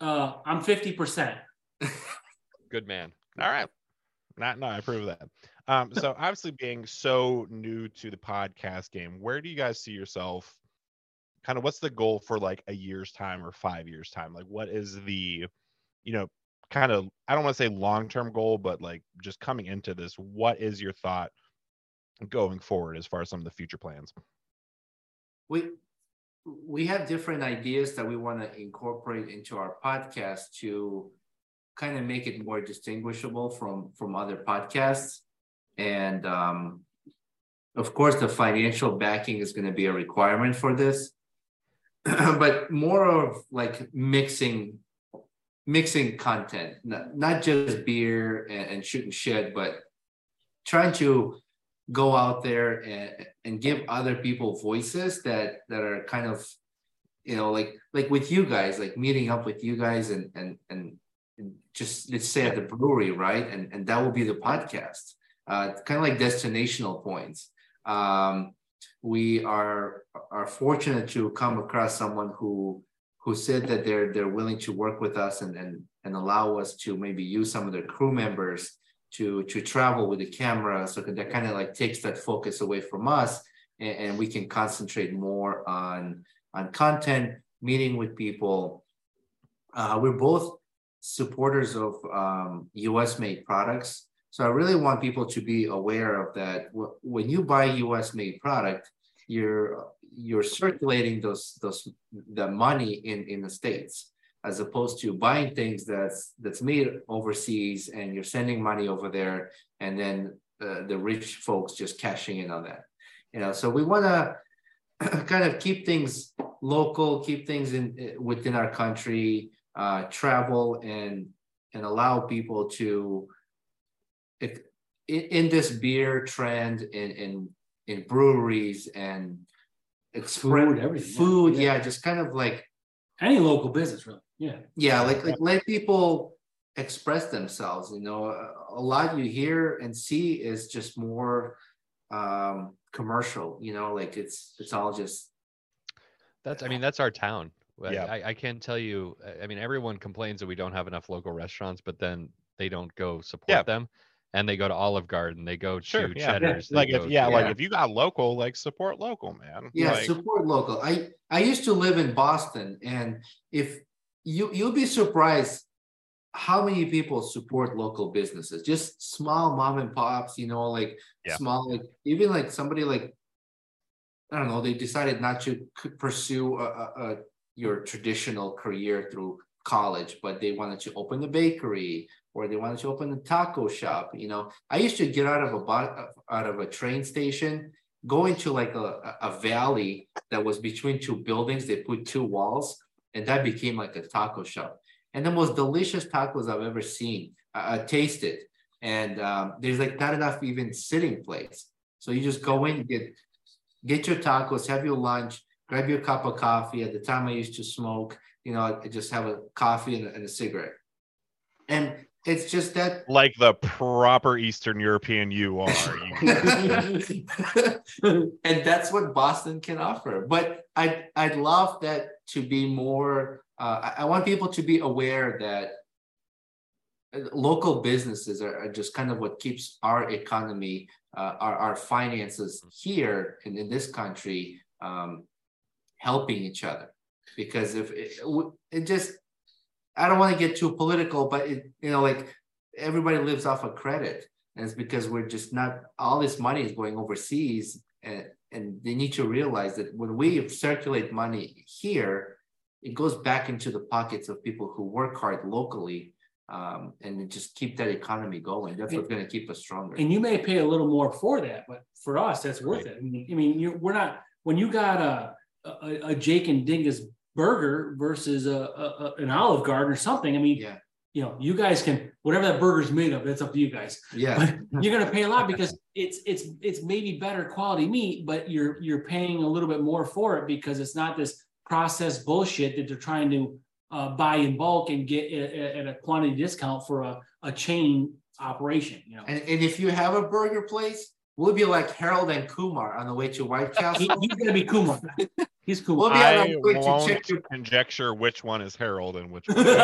Speaker 2: Uh, I'm fifty percent.
Speaker 4: Good man.
Speaker 1: All right. Not no, I approve of that. Um, so obviously being so new to the podcast game, where do you guys see yourself? Kind of what's the goal for like a year's time or five years time? Like what is the, you know, kind of I don't want to say long term goal, but like just coming into this, what is your thought going forward as far as some of the future plans?
Speaker 3: we we have different ideas that we want to incorporate into our podcast to kind of make it more distinguishable from from other podcasts and um of course the financial backing is going to be a requirement for this but more of like mixing mixing content not, not just beer and, and shooting shit but trying to go out there and, and give other people voices that that are kind of you know like like with you guys like meeting up with you guys and and and and just let's say at the brewery right and and that will be the podcast uh kind of like destinational points um we are are fortunate to come across someone who who said that they're they're willing to work with us and and and allow us to maybe use some of their crew members to to travel with the camera so that, that kind of like takes that focus away from us and, and we can concentrate more on on content meeting with people uh, we're both supporters of um, us made products so i really want people to be aware of that Wh- when you buy us made product you're you're circulating those those the money in in the states as opposed to buying things that's that's made overseas and you're sending money over there and then uh, the rich folks just cashing in on that you know so we want to kind of keep things local keep things in uh, within our country uh, travel and and allow people to if, in, in this beer trend in in in breweries and express
Speaker 2: Food, everything, yeah.
Speaker 3: food
Speaker 2: Yeah.
Speaker 3: yeah just kind of like
Speaker 2: Any local business, really. Yeah.
Speaker 3: yeah like like let people express themselves you know a, a lot you hear and see is just more um commercial you know like it's it's all just
Speaker 4: That's I mean that's our town. I-
Speaker 1: Yeah.
Speaker 4: I, I can't tell you. I- I mean everyone complains that we don't have enough local restaurants, but then they don't go support
Speaker 1: Yeah.
Speaker 4: them, and they go to Olive Garden, they go
Speaker 1: Sure,
Speaker 4: to
Speaker 1: yeah. Yeah.
Speaker 4: Cheddar's, they
Speaker 1: Like
Speaker 4: go
Speaker 1: if yeah,
Speaker 4: to-
Speaker 1: like
Speaker 3: yeah.
Speaker 1: if you got local, like support local, man.
Speaker 3: yeah
Speaker 1: Like,
Speaker 3: support local i i used to live in boston and if you you'll be surprised how many people support local businesses just small mom and pops you know like
Speaker 1: Yeah.
Speaker 3: small like even like somebody like i don't know they decided not to c- pursue a, a, a your traditional career through college but they wanted to open a bakery or they wanted to open a taco shop you know i used to get out of a bo- out of a train station go into like a, a- a valley that was between two buildings they put two walls and that became like a taco shop and the most delicious tacos i've ever seen uh, tasted and um, there's like not enough even sitting place so you just go in get get your tacos have your lunch grab your cup of coffee at the time i used to smoke you know i just have a coffee and, a- and a cigarette and it's just that
Speaker 1: like the proper Eastern European you are. you
Speaker 3: and that's what Boston can offer. But I I'd love that to be more. Uh, I, I want people to be aware that uh, local businesses are, are just kind of what keeps our economy, uh, our our finances here and in this country, um, helping each other. Because if it, it just, I don't want to get too political, but it you know like everybody lives off of credit. And it's because we're just not all this money is going overseas and, and they need to realize that when we circulate money here, it goes back into the pockets of people who work hard locally um, and just keep that economy going. That's what's going to keep us stronger.
Speaker 2: and you may pay a little more for that, but for us, that's worth it. I mean, I mean, you we're not when you got a a, a- a Jake and Dingus burger versus a, a- a- an Olive Garden or something. I mean,
Speaker 3: Yeah.
Speaker 2: you know, you guys can whatever that burger's made of. That's up to you guys.
Speaker 3: Yeah.
Speaker 2: You're gonna pay a lot because it's it's it's maybe better quality meat, but you're you're paying a little bit more for it because it's not this processed bullshit that they're trying to uh, buy in bulk and get at, at- at a quantity discount for a, a chain operation. You know,
Speaker 3: And, and if you have a burger place, we'll be like Harold and Kumar on the way to White Castle.
Speaker 2: he, he's gonna be Kumar. He's Kumar.
Speaker 3: We'll be on
Speaker 1: I
Speaker 3: our way to
Speaker 1: won't
Speaker 3: check your.
Speaker 1: conjecture which one is Harold and which one. Is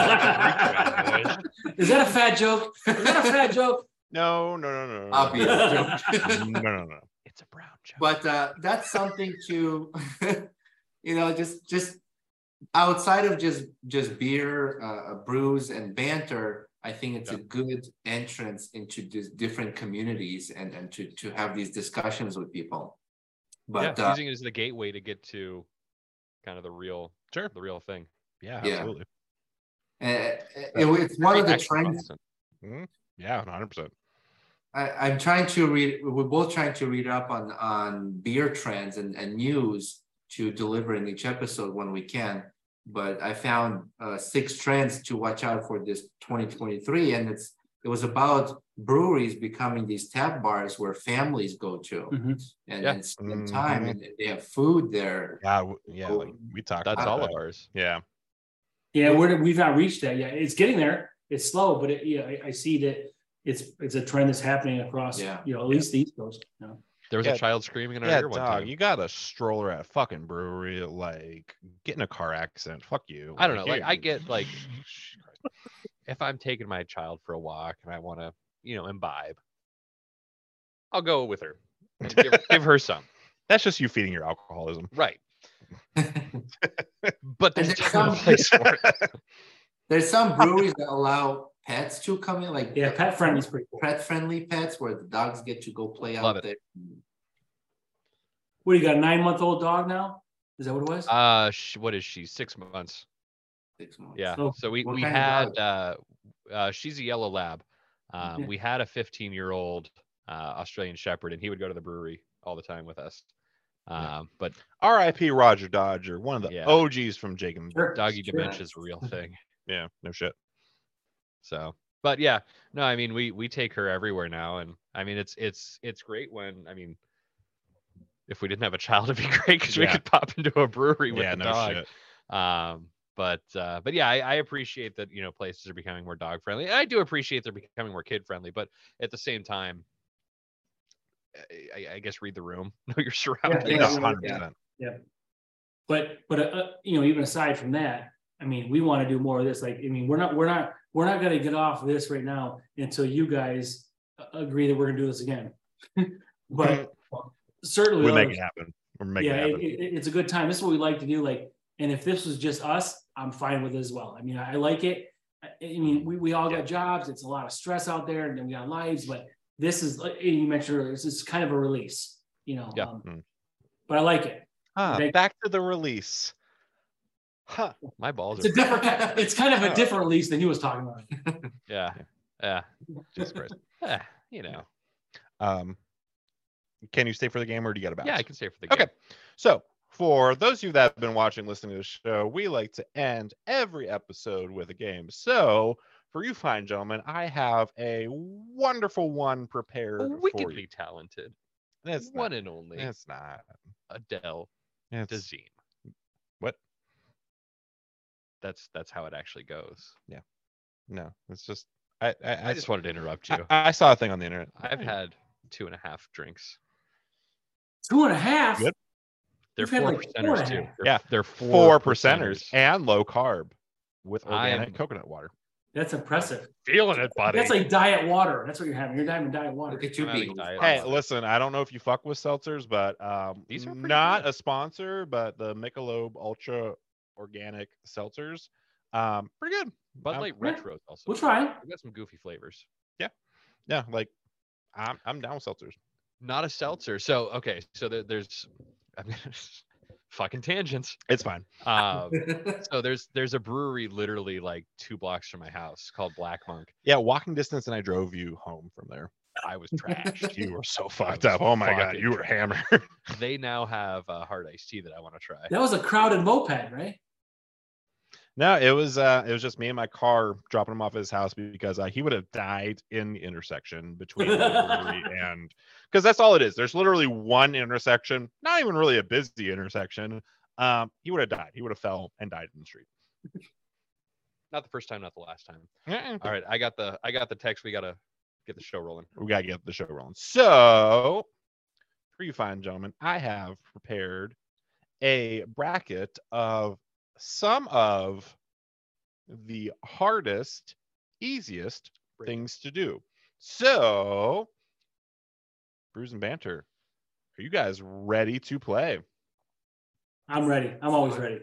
Speaker 1: Rico, boys.
Speaker 2: Is that a fat joke? Is that a fat joke?
Speaker 1: no, no, no, no, no.
Speaker 3: Obvious joke.
Speaker 1: no, no, no. It's a brown joke.
Speaker 3: but uh, that's something to you know just just outside of just just beer uh, brews and banter i think it's a good entrance into these different communities and and to to have these discussions with people but
Speaker 4: yeah,
Speaker 3: uh,
Speaker 4: using it as the gateway to get to kind of the real,
Speaker 1: Sure.
Speaker 4: the real thing.
Speaker 1: yeah,
Speaker 3: yeah.
Speaker 1: absolutely.
Speaker 3: eh, eh, it- it's one of the
Speaker 4: Actually,
Speaker 3: trends
Speaker 4: Boston.
Speaker 1: Yeah, 100%.
Speaker 3: I, I'm trying to read. We're both trying to read up on on beer trends and, and news to deliver in each episode when we can. But I found uh, six trends to watch out for this 2023, and it's it was about breweries becoming these tap bars where families go to
Speaker 2: Mhm.
Speaker 3: and,
Speaker 4: Yeah.
Speaker 3: and spend
Speaker 4: Mm-hmm.
Speaker 3: time,
Speaker 1: Mhm.
Speaker 3: and they have food there.
Speaker 1: Yeah, w- yeah, like we talked
Speaker 4: That's
Speaker 1: about
Speaker 4: all
Speaker 1: that.
Speaker 4: of ours.
Speaker 1: Yeah.
Speaker 2: Yeah, we're, we've not reached that yet. It's getting there. It's slow, but it, yeah, I, I see that it's it's a trend that's happening across.
Speaker 3: Yeah.
Speaker 2: you know, at least the East Coast. You know?
Speaker 4: There was
Speaker 1: Yeah.
Speaker 4: a child screaming in our
Speaker 1: Yeah,
Speaker 4: ear one
Speaker 1: dog,
Speaker 4: time.
Speaker 1: you got a stroller at a fucking brewery. Like, get in a car accident. Fuck you.
Speaker 4: I don't know, like,
Speaker 1: you-
Speaker 4: I get, like- If I'm taking my child for a walk and I want to, you know, imbibe, I'll go with her. and give, give her some.
Speaker 1: that's just you feeding your alcoholism.
Speaker 4: Right. But
Speaker 3: And
Speaker 4: there's
Speaker 3: there's
Speaker 4: time and
Speaker 3: some-
Speaker 4: place for it.
Speaker 3: There's some breweries that allow pets to come in, like
Speaker 2: Yeah, pet friendly is pretty cool.
Speaker 3: pet friendly pets where the dogs get to go play
Speaker 4: Love
Speaker 3: out
Speaker 4: it.
Speaker 3: there.
Speaker 2: What do you got? A nine month old dog now? Is that what it was?
Speaker 4: Uh, sh- what is she? Six months.
Speaker 3: Six months.
Speaker 4: Yeah.
Speaker 2: So,
Speaker 4: So we
Speaker 3: what
Speaker 4: we
Speaker 3: kind of
Speaker 4: had uh, uh, she's a yellow lab. Um,
Speaker 2: Yeah.
Speaker 4: We had a 15 year old uh, Australian Shepherd, and he would go to the brewery all the time with us. Um,
Speaker 1: Yeah.
Speaker 4: But
Speaker 1: R.I.P. Roger Dodger, one of the
Speaker 4: Yeah.
Speaker 1: OGs from Jacob. and
Speaker 2: Sure.
Speaker 4: doggy
Speaker 2: Sure.
Speaker 4: dementia is a real thing.
Speaker 1: Yeah, no shit.
Speaker 4: So, but yeah, no, I mean, we we take her everywhere now, and I mean, it's it's it's great when I mean, if we didn't have a child, it'd be great because we
Speaker 1: Yeah.
Speaker 4: could pop into a brewery with
Speaker 1: Yeah,
Speaker 4: the
Speaker 1: no
Speaker 4: dog.
Speaker 1: shit.
Speaker 4: Um, but uh, but yeah, I, I appreciate that you know places are becoming more dog friendly. And I do appreciate they're becoming more kid friendly, but at the same time, I- I, I guess read the room, know your surroundings.
Speaker 1: Yeah,
Speaker 2: Yeah,
Speaker 1: no,
Speaker 2: yeah.
Speaker 1: 100%.
Speaker 2: but but uh, you know, even aside from that, I mean, we want to do more of this. Like, I mean, we're not we're not we're not going to get off of this right now until you guys uh, agree that we're going to do this again. but certainly,
Speaker 1: We
Speaker 2: on
Speaker 1: make
Speaker 2: the-
Speaker 1: it happen. We're making
Speaker 2: yeah,
Speaker 1: it happen.
Speaker 2: it- it- it's a good time. This is what we like to do. Like, and if this was just us, I'm fine with it as well. I mean, I like it. I I mean, we, we all got jobs. It's a lot of stress out there, and then we got lives. But this is, like you mentioned earlier, this is kind of a release, you know.
Speaker 4: Yeah. Hmm.
Speaker 2: Um,
Speaker 1: Mm.
Speaker 2: but I like it.
Speaker 1: Ah,
Speaker 2: make-
Speaker 1: back to the release. Huh.
Speaker 4: My balls
Speaker 2: It's
Speaker 4: are
Speaker 2: a different. It's kind of a different release than he was talking about.
Speaker 4: yeah, yeah,
Speaker 1: Jesus Christ.
Speaker 4: Eh, you know,
Speaker 1: Um, can you stay for the game or do you got to bounce?
Speaker 4: yeah, I can stay for the
Speaker 1: Okay.
Speaker 4: game.
Speaker 1: So, for those of you that have been watching, listening to the show, we like to end every episode with a game. So, for you fine gentlemen, I have a wonderful one prepared
Speaker 4: A
Speaker 1: for you.
Speaker 4: wickedly talented,
Speaker 1: It's
Speaker 4: one
Speaker 1: not,
Speaker 4: and only
Speaker 1: it's not.
Speaker 4: Adele
Speaker 1: It's,
Speaker 4: Dazeem.
Speaker 1: What?
Speaker 4: That's that's how it actually goes.
Speaker 1: no, it's just I I, I,
Speaker 4: I just wanted to interrupt you.
Speaker 1: I, I saw a thing on the internet.
Speaker 4: I've had two and a half drinks.
Speaker 2: Two and a half.
Speaker 1: Good.
Speaker 4: They're
Speaker 2: You've had
Speaker 4: four
Speaker 2: like four
Speaker 4: percenters
Speaker 2: and a
Speaker 4: too.
Speaker 2: half.
Speaker 4: They're-
Speaker 1: Yeah,
Speaker 4: they're
Speaker 1: four
Speaker 4: four,
Speaker 1: percenters and low carb with
Speaker 4: I
Speaker 1: organic
Speaker 4: am-
Speaker 1: coconut water.
Speaker 2: That's impressive.
Speaker 4: Feeling it, buddy.
Speaker 2: That's like diet water. That's what you're having. You're having diet water.
Speaker 3: Look at you
Speaker 4: I'm out of
Speaker 3: being.
Speaker 4: diet.
Speaker 1: Hey, listen, I don't know if you fuck with seltzers, but um,
Speaker 4: These are pretty
Speaker 1: not
Speaker 4: good.
Speaker 1: a sponsor, but the Michelob Ultra Organic seltzers, um, pretty good.
Speaker 4: Bud
Speaker 1: I'm-
Speaker 4: Light
Speaker 2: Yeah.
Speaker 4: Retros also.
Speaker 2: We'll try.
Speaker 4: We got some goofy flavors.
Speaker 1: Yeah, like I'm I'm down with seltzers.
Speaker 4: Not a seltzer. So okay, so there, there's I'm gonna fucking tangents.
Speaker 1: It's fine.
Speaker 4: Um, so there's there's a brewery literally like two blocks from my house called Black Monk.
Speaker 1: Yeah, walking distance, and I drove you home from there.
Speaker 4: I was trashed.
Speaker 1: You were so fucked up. Oh my god,
Speaker 4: Fucking
Speaker 1: you were hammered.
Speaker 4: they now have a hard iced tea that I want to try.
Speaker 2: That was a crowded moped, right?
Speaker 1: no, it was uh, it was just me and my car dropping him off at his house because uh, he would have died in the intersection between the brewery and because that's all it is. There's literally one intersection, not even really a busy intersection. Um, he would have died. He would have fell and died in the street.
Speaker 4: Not the first time, not the last time.
Speaker 1: Mm-mm.
Speaker 4: All right, I got the I got the text. We gotta get the show rolling.
Speaker 1: we gotta get the show rolling. So, for you fine gentlemen, I have prepared a bracket of some of the hardest, easiest
Speaker 4: Break.
Speaker 1: things to do. So, brews and banter, are you guys ready to play?
Speaker 2: I'm ready. I'm always ready.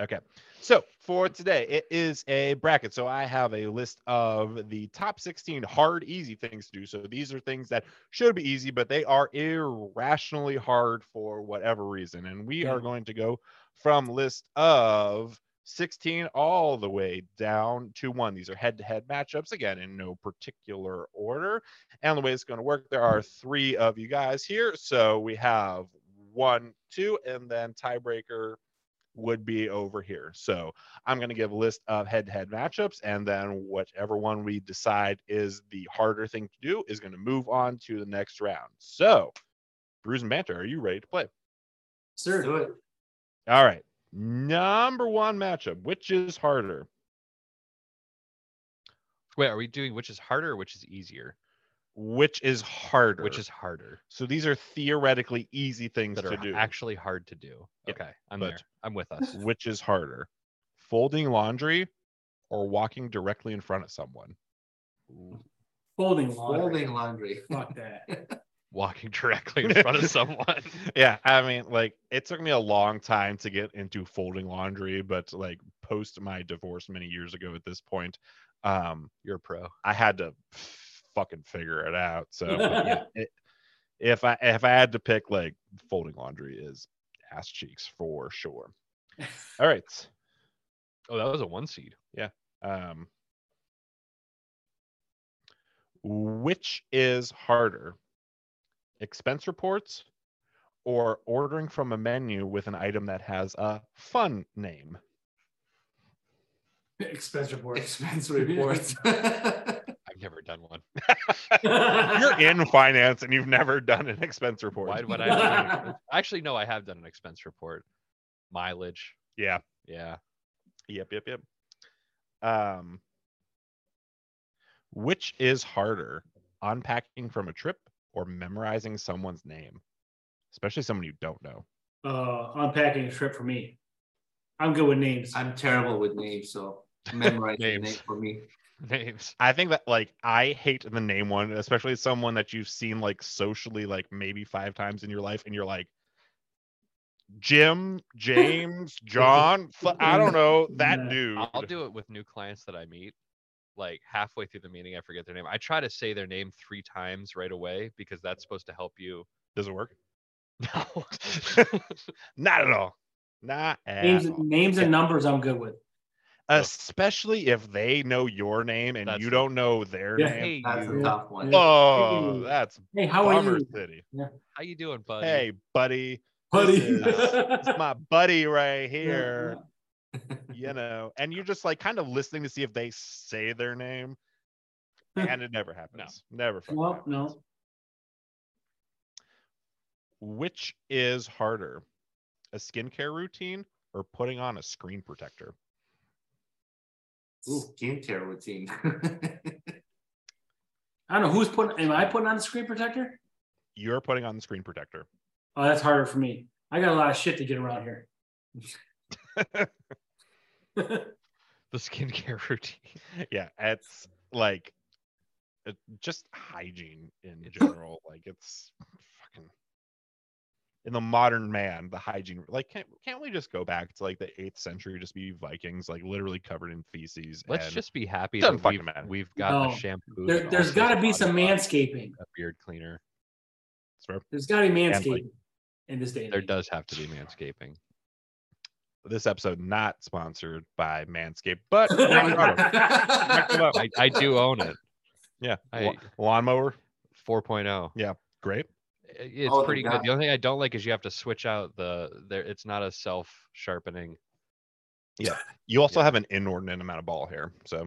Speaker 1: Okay. So for today, it is a bracket. So I have a list of the top 16 hard, easy things to do. So these are things that should be easy, but they are irrationally hard for whatever reason. And we are
Speaker 2: Yeah.
Speaker 1: going to go from list of 16 all the way down to one. These are head to head matchups, again, in no particular order. And the way it's going to work, there are three of you guys here. So we have one, two, and then tiebreaker would be over here. So I'm going to give a list of head to head matchups, and then whichever one we decide is the harder thing to do is going to move on to the next round. So, Bruce and Banter, are you ready to play?
Speaker 2: Sir,
Speaker 3: Do it.
Speaker 1: All right. Number one matchup, which is harder?
Speaker 4: Wait, are we doing which is harder or which is easier?
Speaker 1: Which is harder?
Speaker 4: Which is harder
Speaker 1: so these are theoretically easy things
Speaker 4: that
Speaker 1: to
Speaker 4: are
Speaker 1: do.
Speaker 4: actually hard to do.
Speaker 1: Yep,
Speaker 4: Okay, I'm
Speaker 1: but-
Speaker 4: there. I'm with us.
Speaker 1: Which is harder? Folding laundry or walking directly in front of someone?
Speaker 2: folding laundry.
Speaker 3: Folding laundry.
Speaker 2: Fuck that.
Speaker 4: Walking directly in front of someone.
Speaker 1: yeah i mean like it took me a long time to get into folding laundry but like post my divorce many years ago at this point um
Speaker 4: You're a pro.
Speaker 1: i had to f- fucking figure it out so but yeah, it- if i if i had to pick like folding laundry is ass cheeks for sure all right
Speaker 4: Oh, that was a one seed.
Speaker 1: um which is harder expense reports or ordering from a menu with an item that has a fun name
Speaker 2: Expense reports.
Speaker 3: Expense reports.
Speaker 4: I've never done one.
Speaker 1: you're in finance and you've never done an expense report
Speaker 4: Why would I? do an- Actually, no, I have done an expense report. Mileage.
Speaker 1: yeah
Speaker 4: Yeah.
Speaker 1: yep yep yep um which is harder unpacking from a trip or memorizing someone's name especially someone you don't know
Speaker 2: uh, unpacking a trip for me. I'm good with names.
Speaker 3: I'm terrible with names, so memorize the
Speaker 4: Names.
Speaker 3: name for me.
Speaker 4: Names.
Speaker 1: I think that like I hate the name one, especially someone that you've seen like socially like maybe five times in your life, and you're like Jim, James, John. fu- I don't know that
Speaker 2: Yeah.
Speaker 1: dude.
Speaker 4: I'll do it with new clients that I meet. Like halfway through the meeting, I forget their name. I try to say their name three times right away because that's supposed to help you.
Speaker 1: Does it work?
Speaker 4: No.
Speaker 1: Not at all. Not at
Speaker 2: names,
Speaker 1: all.
Speaker 2: names
Speaker 1: Okay.
Speaker 2: and numbers. I'm good with.
Speaker 1: Especially if they know your name and
Speaker 4: That's
Speaker 1: you
Speaker 4: the-
Speaker 1: don't know their
Speaker 2: Yeah.
Speaker 1: name.
Speaker 4: hey,
Speaker 3: That's a
Speaker 4: you.
Speaker 3: tough one.
Speaker 2: Yeah.
Speaker 1: Oh,
Speaker 2: Hey.
Speaker 1: that's
Speaker 2: Hey, how are
Speaker 1: bummer
Speaker 2: you,
Speaker 1: city.
Speaker 4: How you doing, buddy?
Speaker 1: Hey, buddy.
Speaker 2: buddy?
Speaker 1: This It's my buddy right here. you know, and you're just like kind of listening to see if they say their name, and it never happens. Never. fucking
Speaker 2: well,
Speaker 1: happens.
Speaker 2: no.
Speaker 1: Which is harder, a skincare routine or putting on a screen protector?
Speaker 2: Ooh.
Speaker 3: Skincare routine.
Speaker 4: Oh
Speaker 2: I don't know who's putting. Am I putting on the screen protector?
Speaker 1: You're putting on the screen protector.
Speaker 2: Oh, that's harder for me. I got a lot of shit to get around here.
Speaker 4: The skincare routine.
Speaker 1: yeah, it's like it, just hygiene in general. like it's fucking in the modern man, the hygiene. Like, can't can't we just go back to like the eighth century, just be Vikings, like literally covered in feces?
Speaker 4: Let's
Speaker 1: and-
Speaker 4: just be happy
Speaker 1: Doesn't
Speaker 4: that
Speaker 1: fucking
Speaker 4: we've,
Speaker 1: matter.
Speaker 4: we've got
Speaker 2: No.
Speaker 4: a shampoo.
Speaker 2: there,
Speaker 4: that
Speaker 2: there's
Speaker 4: also
Speaker 2: got
Speaker 4: has
Speaker 2: to
Speaker 4: a
Speaker 2: be
Speaker 4: body
Speaker 2: some
Speaker 4: wash,
Speaker 2: manscaping.
Speaker 4: A beard cleaner.
Speaker 2: There's got to be
Speaker 1: like-
Speaker 2: manscaping in this day. and
Speaker 4: There
Speaker 2: age.
Speaker 4: does have to be manscaping.
Speaker 1: this episode not sponsored by Manscaped, but
Speaker 3: No,
Speaker 1: I,
Speaker 4: I, I do own it.
Speaker 1: Yeah.
Speaker 4: I,
Speaker 1: Wa- lawnmower.
Speaker 4: 4.0.
Speaker 1: Great.
Speaker 4: oh. It's
Speaker 3: Oh, the
Speaker 4: pretty good.
Speaker 3: guy-
Speaker 4: The only thing I don't like is you have to switch out the there. It's not a self sharpening.
Speaker 1: You also
Speaker 4: Yeah.
Speaker 1: have an inordinate amount of ball hair. So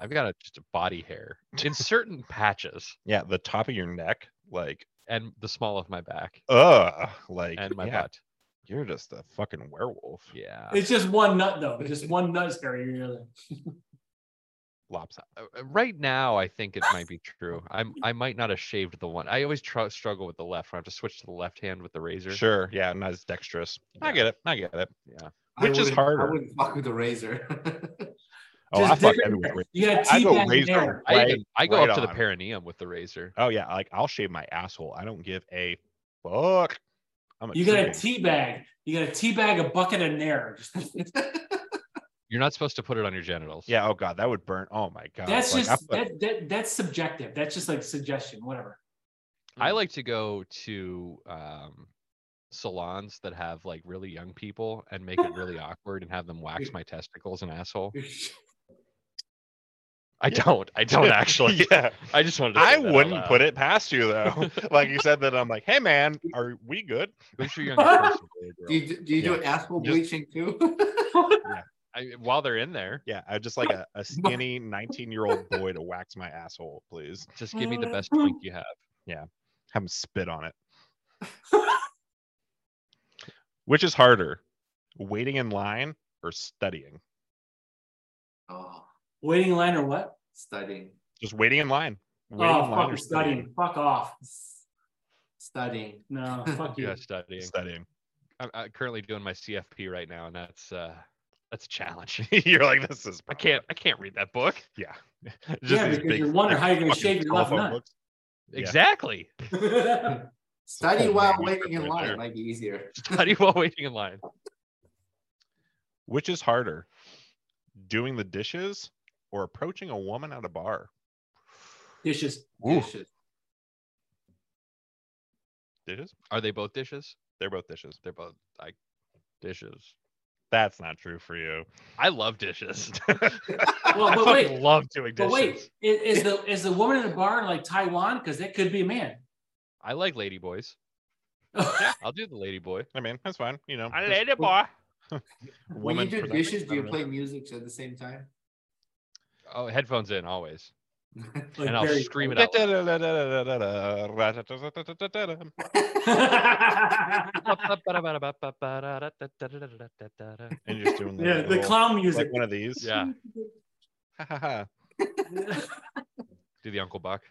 Speaker 4: I've got a, just a body hair in certain patches
Speaker 1: yeah, the top of your neck, like
Speaker 4: and the small of my back
Speaker 1: uh like
Speaker 4: and my
Speaker 1: yeah,
Speaker 4: butt.
Speaker 1: you're just a fucking werewolf.
Speaker 4: Yeah.
Speaker 2: It's just one nut though. Just one nut's hairy than the other.
Speaker 1: Lops out.
Speaker 4: Uh, uh, Right now, I think it might be true. I'm I might not have shaved the one. I always tr- struggle with the left. When I have to switch to the left hand with the razor.
Speaker 1: Sure. Yeah, not as dexterous. I
Speaker 4: Yeah.
Speaker 1: get it. I get it.
Speaker 4: Yeah.
Speaker 3: I
Speaker 1: Which is
Speaker 3: wouldn't-
Speaker 1: harder?
Speaker 3: I wouldn't fuck with the razor.
Speaker 1: Oh,
Speaker 2: Just
Speaker 1: I fuck
Speaker 2: different-
Speaker 1: everywhere. with-
Speaker 2: You got
Speaker 1: I
Speaker 2: tea
Speaker 1: go
Speaker 2: bag
Speaker 1: razor.
Speaker 2: hair.
Speaker 4: I
Speaker 1: Right-
Speaker 4: even, I go
Speaker 1: right
Speaker 4: up to the
Speaker 1: on.
Speaker 4: perineum with the razor.
Speaker 1: Oh yeah, like I'll shave my asshole. I don't give a fuck. I'm a
Speaker 2: You got a
Speaker 1: chicken.
Speaker 2: tea bag. You got a tea bag, a bucket, and nair. Just-
Speaker 4: You're not supposed to put it on your genitals.
Speaker 1: Yeah. Oh god, that would burn. Oh my god.
Speaker 2: That's
Speaker 1: Like, I
Speaker 2: just
Speaker 1: put-
Speaker 2: that, that that's subjective. That's just like suggestion, whatever.
Speaker 4: I
Speaker 1: Mm.
Speaker 4: like to go to um, salons that have like really young people and make it really awkward and have them wax my testicles and asshole. I
Speaker 1: Yeah.
Speaker 4: don't. I don't actually.
Speaker 1: yeah.
Speaker 4: I just wanted to.
Speaker 1: I wouldn't put it past you though. like you said that I'm like, hey man, are we good?
Speaker 4: Who's your youngest person? boy or
Speaker 3: do
Speaker 4: girl?
Speaker 3: you, do, you do asshole
Speaker 1: Just-
Speaker 3: bleaching too?
Speaker 4: I, while they're in there,
Speaker 1: Yeah, I just like a, a skinny 19 year old boy to wax my asshole, please.
Speaker 4: just give me the best drink you have.
Speaker 1: Have him spit on it. Which is harder, waiting in line or studying?
Speaker 3: oh,
Speaker 2: Waiting in line or what?
Speaker 3: studying,
Speaker 1: Just waiting in line. Waiting
Speaker 2: Oh,
Speaker 1: in line
Speaker 2: fuck
Speaker 1: or
Speaker 2: or studying. Fuck off.
Speaker 3: studying.
Speaker 2: No, fuck you.
Speaker 4: Yeah, studying.
Speaker 1: Studying.
Speaker 4: I'm, I'm currently doing my CFP right now, and that's uh, that's a challenge.
Speaker 1: You're like, this is.
Speaker 4: I can't. I can't read that book.
Speaker 1: Yeah.
Speaker 2: Yeah, because you're wondering how you're gonna
Speaker 1: fucking
Speaker 2: shave your left
Speaker 1: telephone
Speaker 2: nut.
Speaker 1: books. Yeah.
Speaker 4: Exactly.
Speaker 3: Study
Speaker 1: Oh,
Speaker 3: while
Speaker 1: man, you
Speaker 3: waiting in
Speaker 1: put it
Speaker 3: line
Speaker 1: there.
Speaker 3: might be easier.
Speaker 4: Study while waiting in line.
Speaker 1: Which is harder, doing the dishes or approaching a woman at a bar?
Speaker 2: Dishes.
Speaker 3: Dishes.
Speaker 1: Dishes?
Speaker 4: Are they both dishes?
Speaker 1: They're both dishes.
Speaker 4: They're both like dishes.
Speaker 1: That's not true for you.
Speaker 4: I love dishes.
Speaker 2: Well,
Speaker 4: I
Speaker 2: but
Speaker 4: fucking
Speaker 2: wait.
Speaker 4: love doing dishes.
Speaker 2: But wait, i- is, the is the woman in the bar in like Taiwan? Because that could be a man.
Speaker 4: I like lady boys. I'll do the lady boy.
Speaker 1: I mean, that's fine. You know, just
Speaker 4: boy.
Speaker 3: When you
Speaker 1: woman
Speaker 3: do
Speaker 1: presenting,
Speaker 3: dishes,
Speaker 1: I
Speaker 3: do you
Speaker 1: don't know.
Speaker 3: play music at the same time?
Speaker 4: Oh, headphones in always,
Speaker 2: Like
Speaker 4: and I'll
Speaker 2: very-
Speaker 4: scream it out. loud.
Speaker 1: That's And you're just doing
Speaker 2: yeah,
Speaker 1: little-
Speaker 2: the clown music.
Speaker 1: like one of these.
Speaker 4: yeah,
Speaker 1: Ha, ha, ha.
Speaker 4: do the Uncle Buck.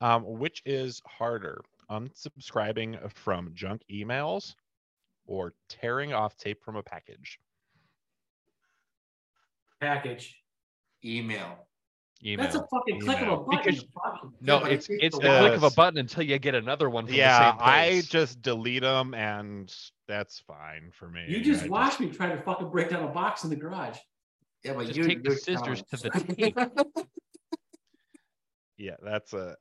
Speaker 1: um, which is harder, unsubscribing from junk emails or tearing off tape from a package?
Speaker 2: Package.
Speaker 3: Email.
Speaker 4: Email.
Speaker 2: That's a fucking click of a
Speaker 1: Email.
Speaker 2: button.
Speaker 1: Because-
Speaker 2: you fucking-
Speaker 4: no,
Speaker 3: but I
Speaker 4: it's
Speaker 3: think
Speaker 4: it's
Speaker 3: the
Speaker 4: the click
Speaker 1: one-
Speaker 4: of a button until you get another one. From
Speaker 1: Yeah,
Speaker 4: the
Speaker 1: I
Speaker 4: same place.
Speaker 1: just delete them and that's fine for me.
Speaker 2: You just
Speaker 1: I
Speaker 2: watched me try to fucking break down a box in the garage.
Speaker 3: Yeah, but
Speaker 4: Just
Speaker 3: you're,
Speaker 4: take the
Speaker 3: you're
Speaker 4: scissors to
Speaker 3: challenged.
Speaker 4: the tape.
Speaker 1: Yeah, that's a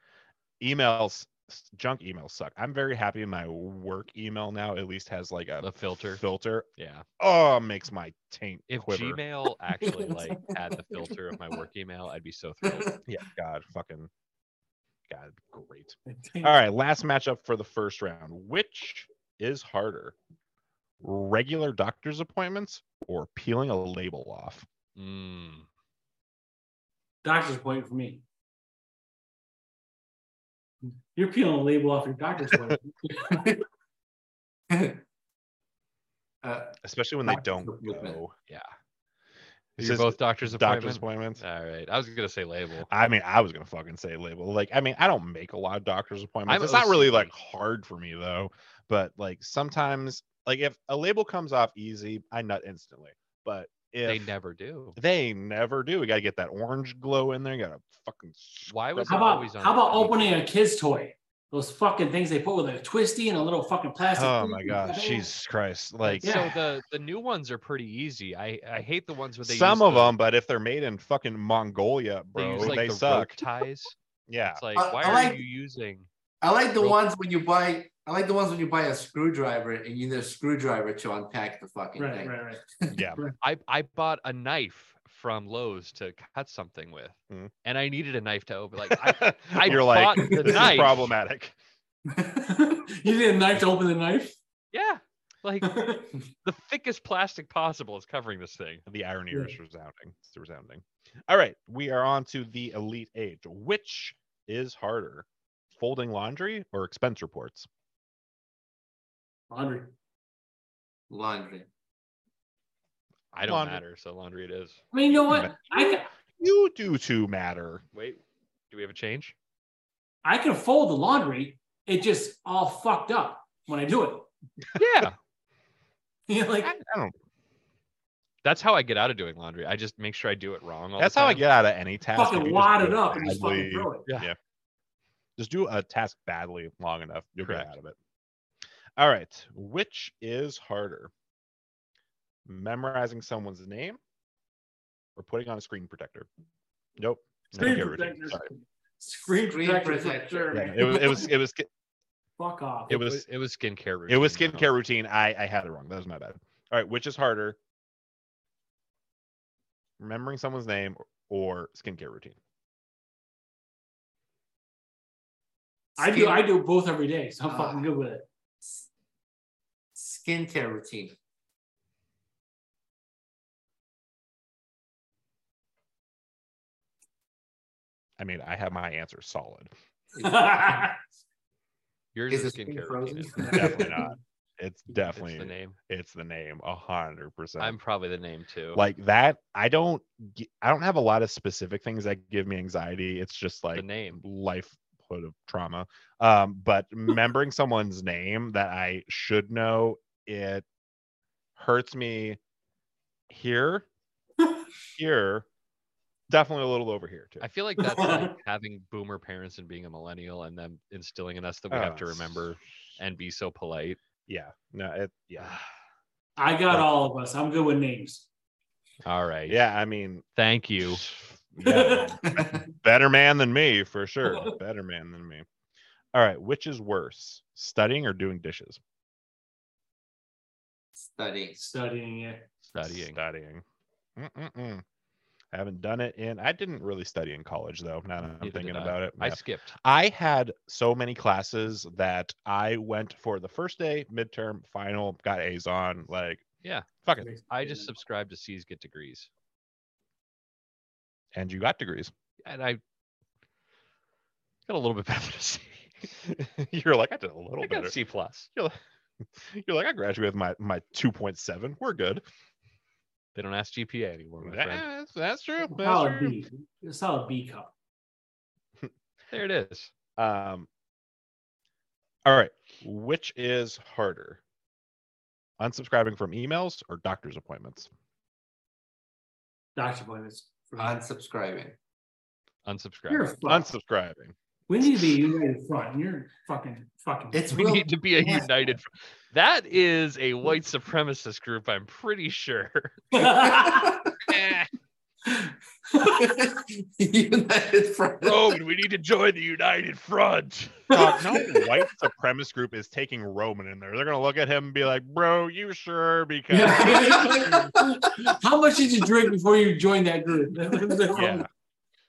Speaker 1: emails s- junk emails suck. I'm very happy my work email now at least has like a
Speaker 4: The filter.
Speaker 1: Filter.
Speaker 4: yeah.
Speaker 1: Oh, makes my taint
Speaker 4: If
Speaker 1: quiver.
Speaker 4: Gmail actually like had the filter of my work email, I'd be so thrilled.
Speaker 1: yeah, God, fucking God, great. All right, last matchup for the first round. Which is harder? Regular doctor's appointments or peeling a label off?
Speaker 4: Mm.
Speaker 2: Doctor's appointment for me. You're peeling a label off your doctor's appointment.
Speaker 3: uh,
Speaker 1: Especially when they
Speaker 3: Doctor's
Speaker 1: don't
Speaker 3: appointment.
Speaker 1: go.
Speaker 4: Yeah.
Speaker 1: It's
Speaker 4: You're
Speaker 1: just
Speaker 4: both doctor's
Speaker 1: doctor's
Speaker 4: appointments.
Speaker 1: appointments.
Speaker 4: All right. I was gonna say label.
Speaker 1: I mean, I was gonna fucking say label. Like, I mean, I don't make a lot of doctor's appointments.
Speaker 4: I'm
Speaker 1: it's not really
Speaker 4: OCD.
Speaker 1: like hard for me though, but like sometimes, like if a label comes off easy, I nut instantly. But if
Speaker 4: They never do.
Speaker 1: They never do. We gotta get that orange glow in there. You gotta fucking.
Speaker 4: Why was
Speaker 2: How
Speaker 1: scrub
Speaker 4: it
Speaker 1: it.
Speaker 2: about
Speaker 4: always on
Speaker 2: how about
Speaker 4: the-
Speaker 2: opening a kid's toy? Those fucking things they put with a twisty and a little fucking plastic.
Speaker 1: Oh
Speaker 2: thing.
Speaker 1: my gosh, Jesus Christ! Like
Speaker 2: Yeah.
Speaker 4: So the the new ones are pretty easy. I I hate the ones where they
Speaker 1: some
Speaker 4: use
Speaker 1: of
Speaker 4: the-
Speaker 1: them, but if they're made in fucking Mongolia,
Speaker 4: They
Speaker 1: bro,
Speaker 4: use
Speaker 1: they,
Speaker 4: like the
Speaker 1: suck.
Speaker 4: rope ties.
Speaker 1: Yeah,
Speaker 4: It's like
Speaker 3: I-
Speaker 4: why
Speaker 3: I
Speaker 4: are
Speaker 3: like-
Speaker 4: you using?
Speaker 3: I like the
Speaker 4: Real-
Speaker 3: ones when you buy. I like the ones when you buy a screwdriver and you need a screwdriver to unpack the fucking
Speaker 2: Right,
Speaker 3: thing.
Speaker 2: right, right.
Speaker 1: yeah.
Speaker 4: I I bought a knife from Lowe's to cut something with,
Speaker 1: Mhm.
Speaker 4: and I needed a knife to open. Like I, I
Speaker 1: You're like,
Speaker 4: bought the
Speaker 1: this
Speaker 4: knife.
Speaker 1: is problematic.
Speaker 2: you need a knife to open the knife.
Speaker 4: yeah, like the thickest plastic possible is covering this thing.
Speaker 1: The irony
Speaker 2: Yeah.
Speaker 1: is resounding. It's resounding. All right, we are on to the elite age. Which is harder, folding laundry or expense reports?
Speaker 2: Laundry.
Speaker 3: Laundry.
Speaker 4: I don't
Speaker 1: Laundry.
Speaker 4: matter, so laundry it is.
Speaker 2: I mean, you know what? I can,
Speaker 1: You do too matter.
Speaker 4: Wait, do we have a change?
Speaker 2: I can fold the laundry. It just all fucked up when I do it.
Speaker 4: Yeah,
Speaker 2: You know, like
Speaker 1: I, I don't.
Speaker 4: that's how I get out of doing laundry. I just make sure I do it wrong. All
Speaker 1: That's
Speaker 4: the
Speaker 1: how I
Speaker 4: time.
Speaker 1: get out of any task. if
Speaker 2: fucking
Speaker 1: you just
Speaker 2: wad
Speaker 1: do
Speaker 2: it up and just fucking
Speaker 1: badly.
Speaker 2: throw it.
Speaker 4: Yeah.
Speaker 1: Yeah. Just do a task badly long enough. You'll
Speaker 4: Correct.
Speaker 1: get out of it. All right. Which is harder? Memorizing someone's name or putting on a screen protector? Nope. No,
Speaker 2: Screen
Speaker 1: get rid of it.
Speaker 2: protector.
Speaker 1: Sorry.
Speaker 2: Screen,
Speaker 3: Screen
Speaker 2: protector.
Speaker 3: protector.
Speaker 1: Yeah, it was it was it was ki-
Speaker 2: Fuck off.
Speaker 1: It
Speaker 4: It
Speaker 1: was-
Speaker 4: was it was skincare. Routine,
Speaker 1: it was
Speaker 4: though.
Speaker 1: skincare routine. I I had it wrong. That was my bad. All right, which is harder? Remembering someone's name or skincare routine?
Speaker 2: I do. I do both every day, so I'm
Speaker 3: Ah.
Speaker 2: fucking good with it.
Speaker 3: skincare routine.
Speaker 1: I mean, I have my answer solid.
Speaker 4: Yours
Speaker 3: Is
Speaker 4: is,
Speaker 3: the skin
Speaker 4: skincare
Speaker 3: frozen?
Speaker 4: routine. isn't it?
Speaker 1: Definitely not. It's
Speaker 4: It's
Speaker 1: definitely
Speaker 4: the name.
Speaker 1: it's the name a hundred percent.
Speaker 4: I'm probably the name too.
Speaker 1: like that. I don't g- I don't have a lot of specific things that give me anxiety. It's just
Speaker 4: the
Speaker 1: like
Speaker 4: name.
Speaker 1: lifehood of trauma. Um, but remembering someone's name that I should know, it hurts me here, here, definitely a little over here too.
Speaker 4: I feel like that's like having boomer parents and being a millennial and them instilling in us that we have
Speaker 1: Uh,
Speaker 4: to remember and be so polite.
Speaker 1: Yeah, no, it, yeah,
Speaker 2: I got all of us. I'm good with names.
Speaker 4: All right.
Speaker 1: yeah. I mean,
Speaker 4: Thank you.
Speaker 1: yeah, better man than me for sure. Better man than me. All right, which is worse, studying or doing dishes?
Speaker 3: Studying.
Speaker 2: Studying it.
Speaker 4: Studying.
Speaker 1: Studying. Mm-mm-mm. I haven't done it in. I didn't really study in college though. Now that I'm
Speaker 4: Neither
Speaker 1: thinking
Speaker 4: did I.
Speaker 1: about it,
Speaker 4: I
Speaker 1: Yeah.
Speaker 4: skipped.
Speaker 1: I had so many classes that I went for the first day, midterm, final, got A's on. Like,
Speaker 4: Yeah.
Speaker 1: fuck it.
Speaker 4: I just subscribed to C's get degrees.
Speaker 1: And you got degrees.
Speaker 4: And I got a little bit better to C.
Speaker 1: You're like, I did a little
Speaker 4: I got
Speaker 1: better.
Speaker 4: C plus.
Speaker 1: You're like, I graduated with my, my 2.7. We're good.
Speaker 4: They don't ask GPA anymore, my friend.
Speaker 1: That's, that's true.
Speaker 2: A
Speaker 1: That's
Speaker 2: solid
Speaker 1: true.
Speaker 2: B. A solid B cup.
Speaker 4: There it is.
Speaker 1: Um, all right. Which is harder? Unsubscribing from emails or doctor's appointments?
Speaker 2: Doctor appointments. for me.
Speaker 3: Unsubscribing.
Speaker 2: You're a
Speaker 4: Unsubscribe.
Speaker 2: fuck.
Speaker 1: Unsubscribing.
Speaker 2: we need to be united front. You're fucking fucking.
Speaker 3: It's
Speaker 4: We
Speaker 3: real-
Speaker 4: need to be a
Speaker 3: Yeah.
Speaker 4: united. fr- That is a white supremacist group, I'm pretty sure. Eh,
Speaker 3: United Front.
Speaker 4: Roman, Oh, we need to join the United Front.
Speaker 1: Dog, no white supremacist group is taking Roman in there. They're gonna look at him and be like, "Bro, you sure?" Because yeah,
Speaker 3: Yeah.
Speaker 2: How much did you drink before you joined that group?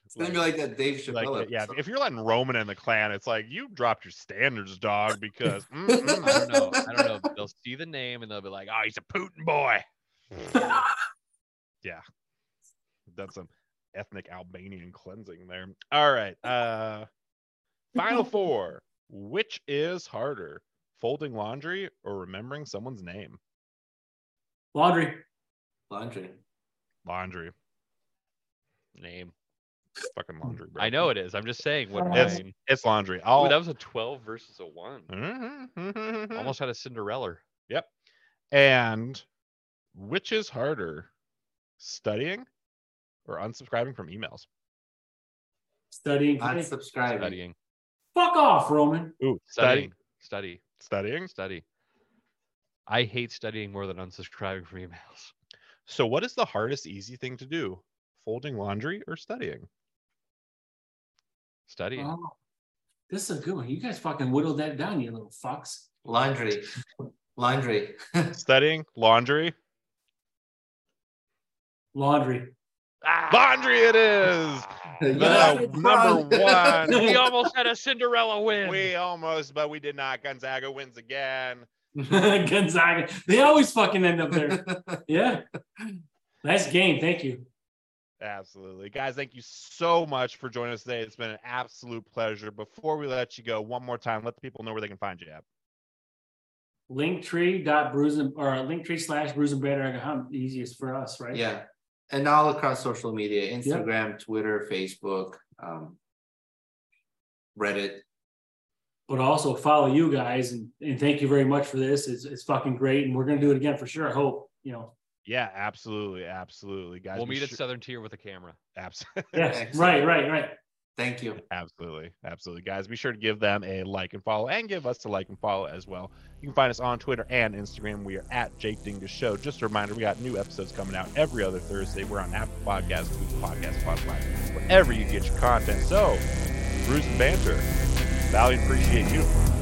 Speaker 3: It's gonna be like that Dave
Speaker 1: like,
Speaker 3: Chappelle.
Speaker 1: yeah.
Speaker 3: episode.
Speaker 1: If you're letting Roman in the clan, it's like you dropped your standards, dog. Because mm,
Speaker 4: I
Speaker 1: mm,
Speaker 4: don't know. I don't know. They'll see the name and they'll be like, "Oh, he's a Putin boy."
Speaker 1: done some ethnic Albanian cleansing there. All right. Uh, final four. Which is harder, folding laundry or remembering someone's name?
Speaker 2: Laundry.
Speaker 3: Laundry.
Speaker 1: Laundry,
Speaker 4: Name.
Speaker 1: fucking laundry. Bro.
Speaker 4: I know it is. I'm just saying what
Speaker 2: Yes.
Speaker 4: mine.
Speaker 1: it's laundry.
Speaker 4: Oh,
Speaker 1: I'll.
Speaker 4: that was a 12 versus a one.
Speaker 1: Mm-hmm. Mhm.
Speaker 4: Almost had a Cinderella.
Speaker 1: And which is harder, studying or unsubscribing from emails?
Speaker 2: Studying.
Speaker 3: Unsubscribing.
Speaker 4: Studying.
Speaker 2: Fuck off, Roman.
Speaker 1: Ooh,
Speaker 4: Studying. Study.
Speaker 1: studying.
Speaker 4: Study. I hate studying more than unsubscribing from emails.
Speaker 1: So, what is the hardest, easy thing to do? Folding laundry or studying?
Speaker 4: Studying.
Speaker 2: Oh, this is a good one. You guys fucking whittled that down, you little fucks.
Speaker 3: Laundry. Laundry.
Speaker 1: Studying, laundry.
Speaker 2: Laundry.
Speaker 4: Ah,
Speaker 1: Laundry it is.
Speaker 3: Yeah.
Speaker 1: The number one.
Speaker 4: we almost had a Cinderella win.
Speaker 1: We almost, but we did not. Gonzaga wins again.
Speaker 2: Gonzaga. They always fucking end up there. Yeah. Nice game. Thank you.
Speaker 1: Absolutely. Guys, thank you so much for joining us today. It's been an absolute pleasure. Before we let you go, one more time, let the people know where they can find you at.
Speaker 2: Linktree dot bruising or linktree slash bruising bread hunt easiest for us, right?
Speaker 3: Yeah. And all across social media Instagram, Twitter, Facebook, um, Reddit.
Speaker 2: But also follow you guys and, and thank you very much for this. It's it's fucking great. And we're gonna do it again for sure. I hope, you know.
Speaker 1: Yeah, absolutely. Absolutely. Guys,
Speaker 4: We'll
Speaker 1: be
Speaker 4: meet at
Speaker 1: sure-
Speaker 4: Southern Tier with a camera.
Speaker 1: Abs-
Speaker 2: Yeah.
Speaker 3: Excellent.
Speaker 2: right, right, right.
Speaker 3: Thank you.
Speaker 1: Absolutely. Absolutely. Guys, be sure to give them a like and follow and give us a like and follow as well. You can find us on Twitter and Instagram. We are at Jake Dingus Show. Just a reminder, we got new episodes coming out every other Thursday. We're on Apple Podcasts, Google Podcasts, Spotify, wherever you get your content. So, Bruce and Banter, value and appreciate you.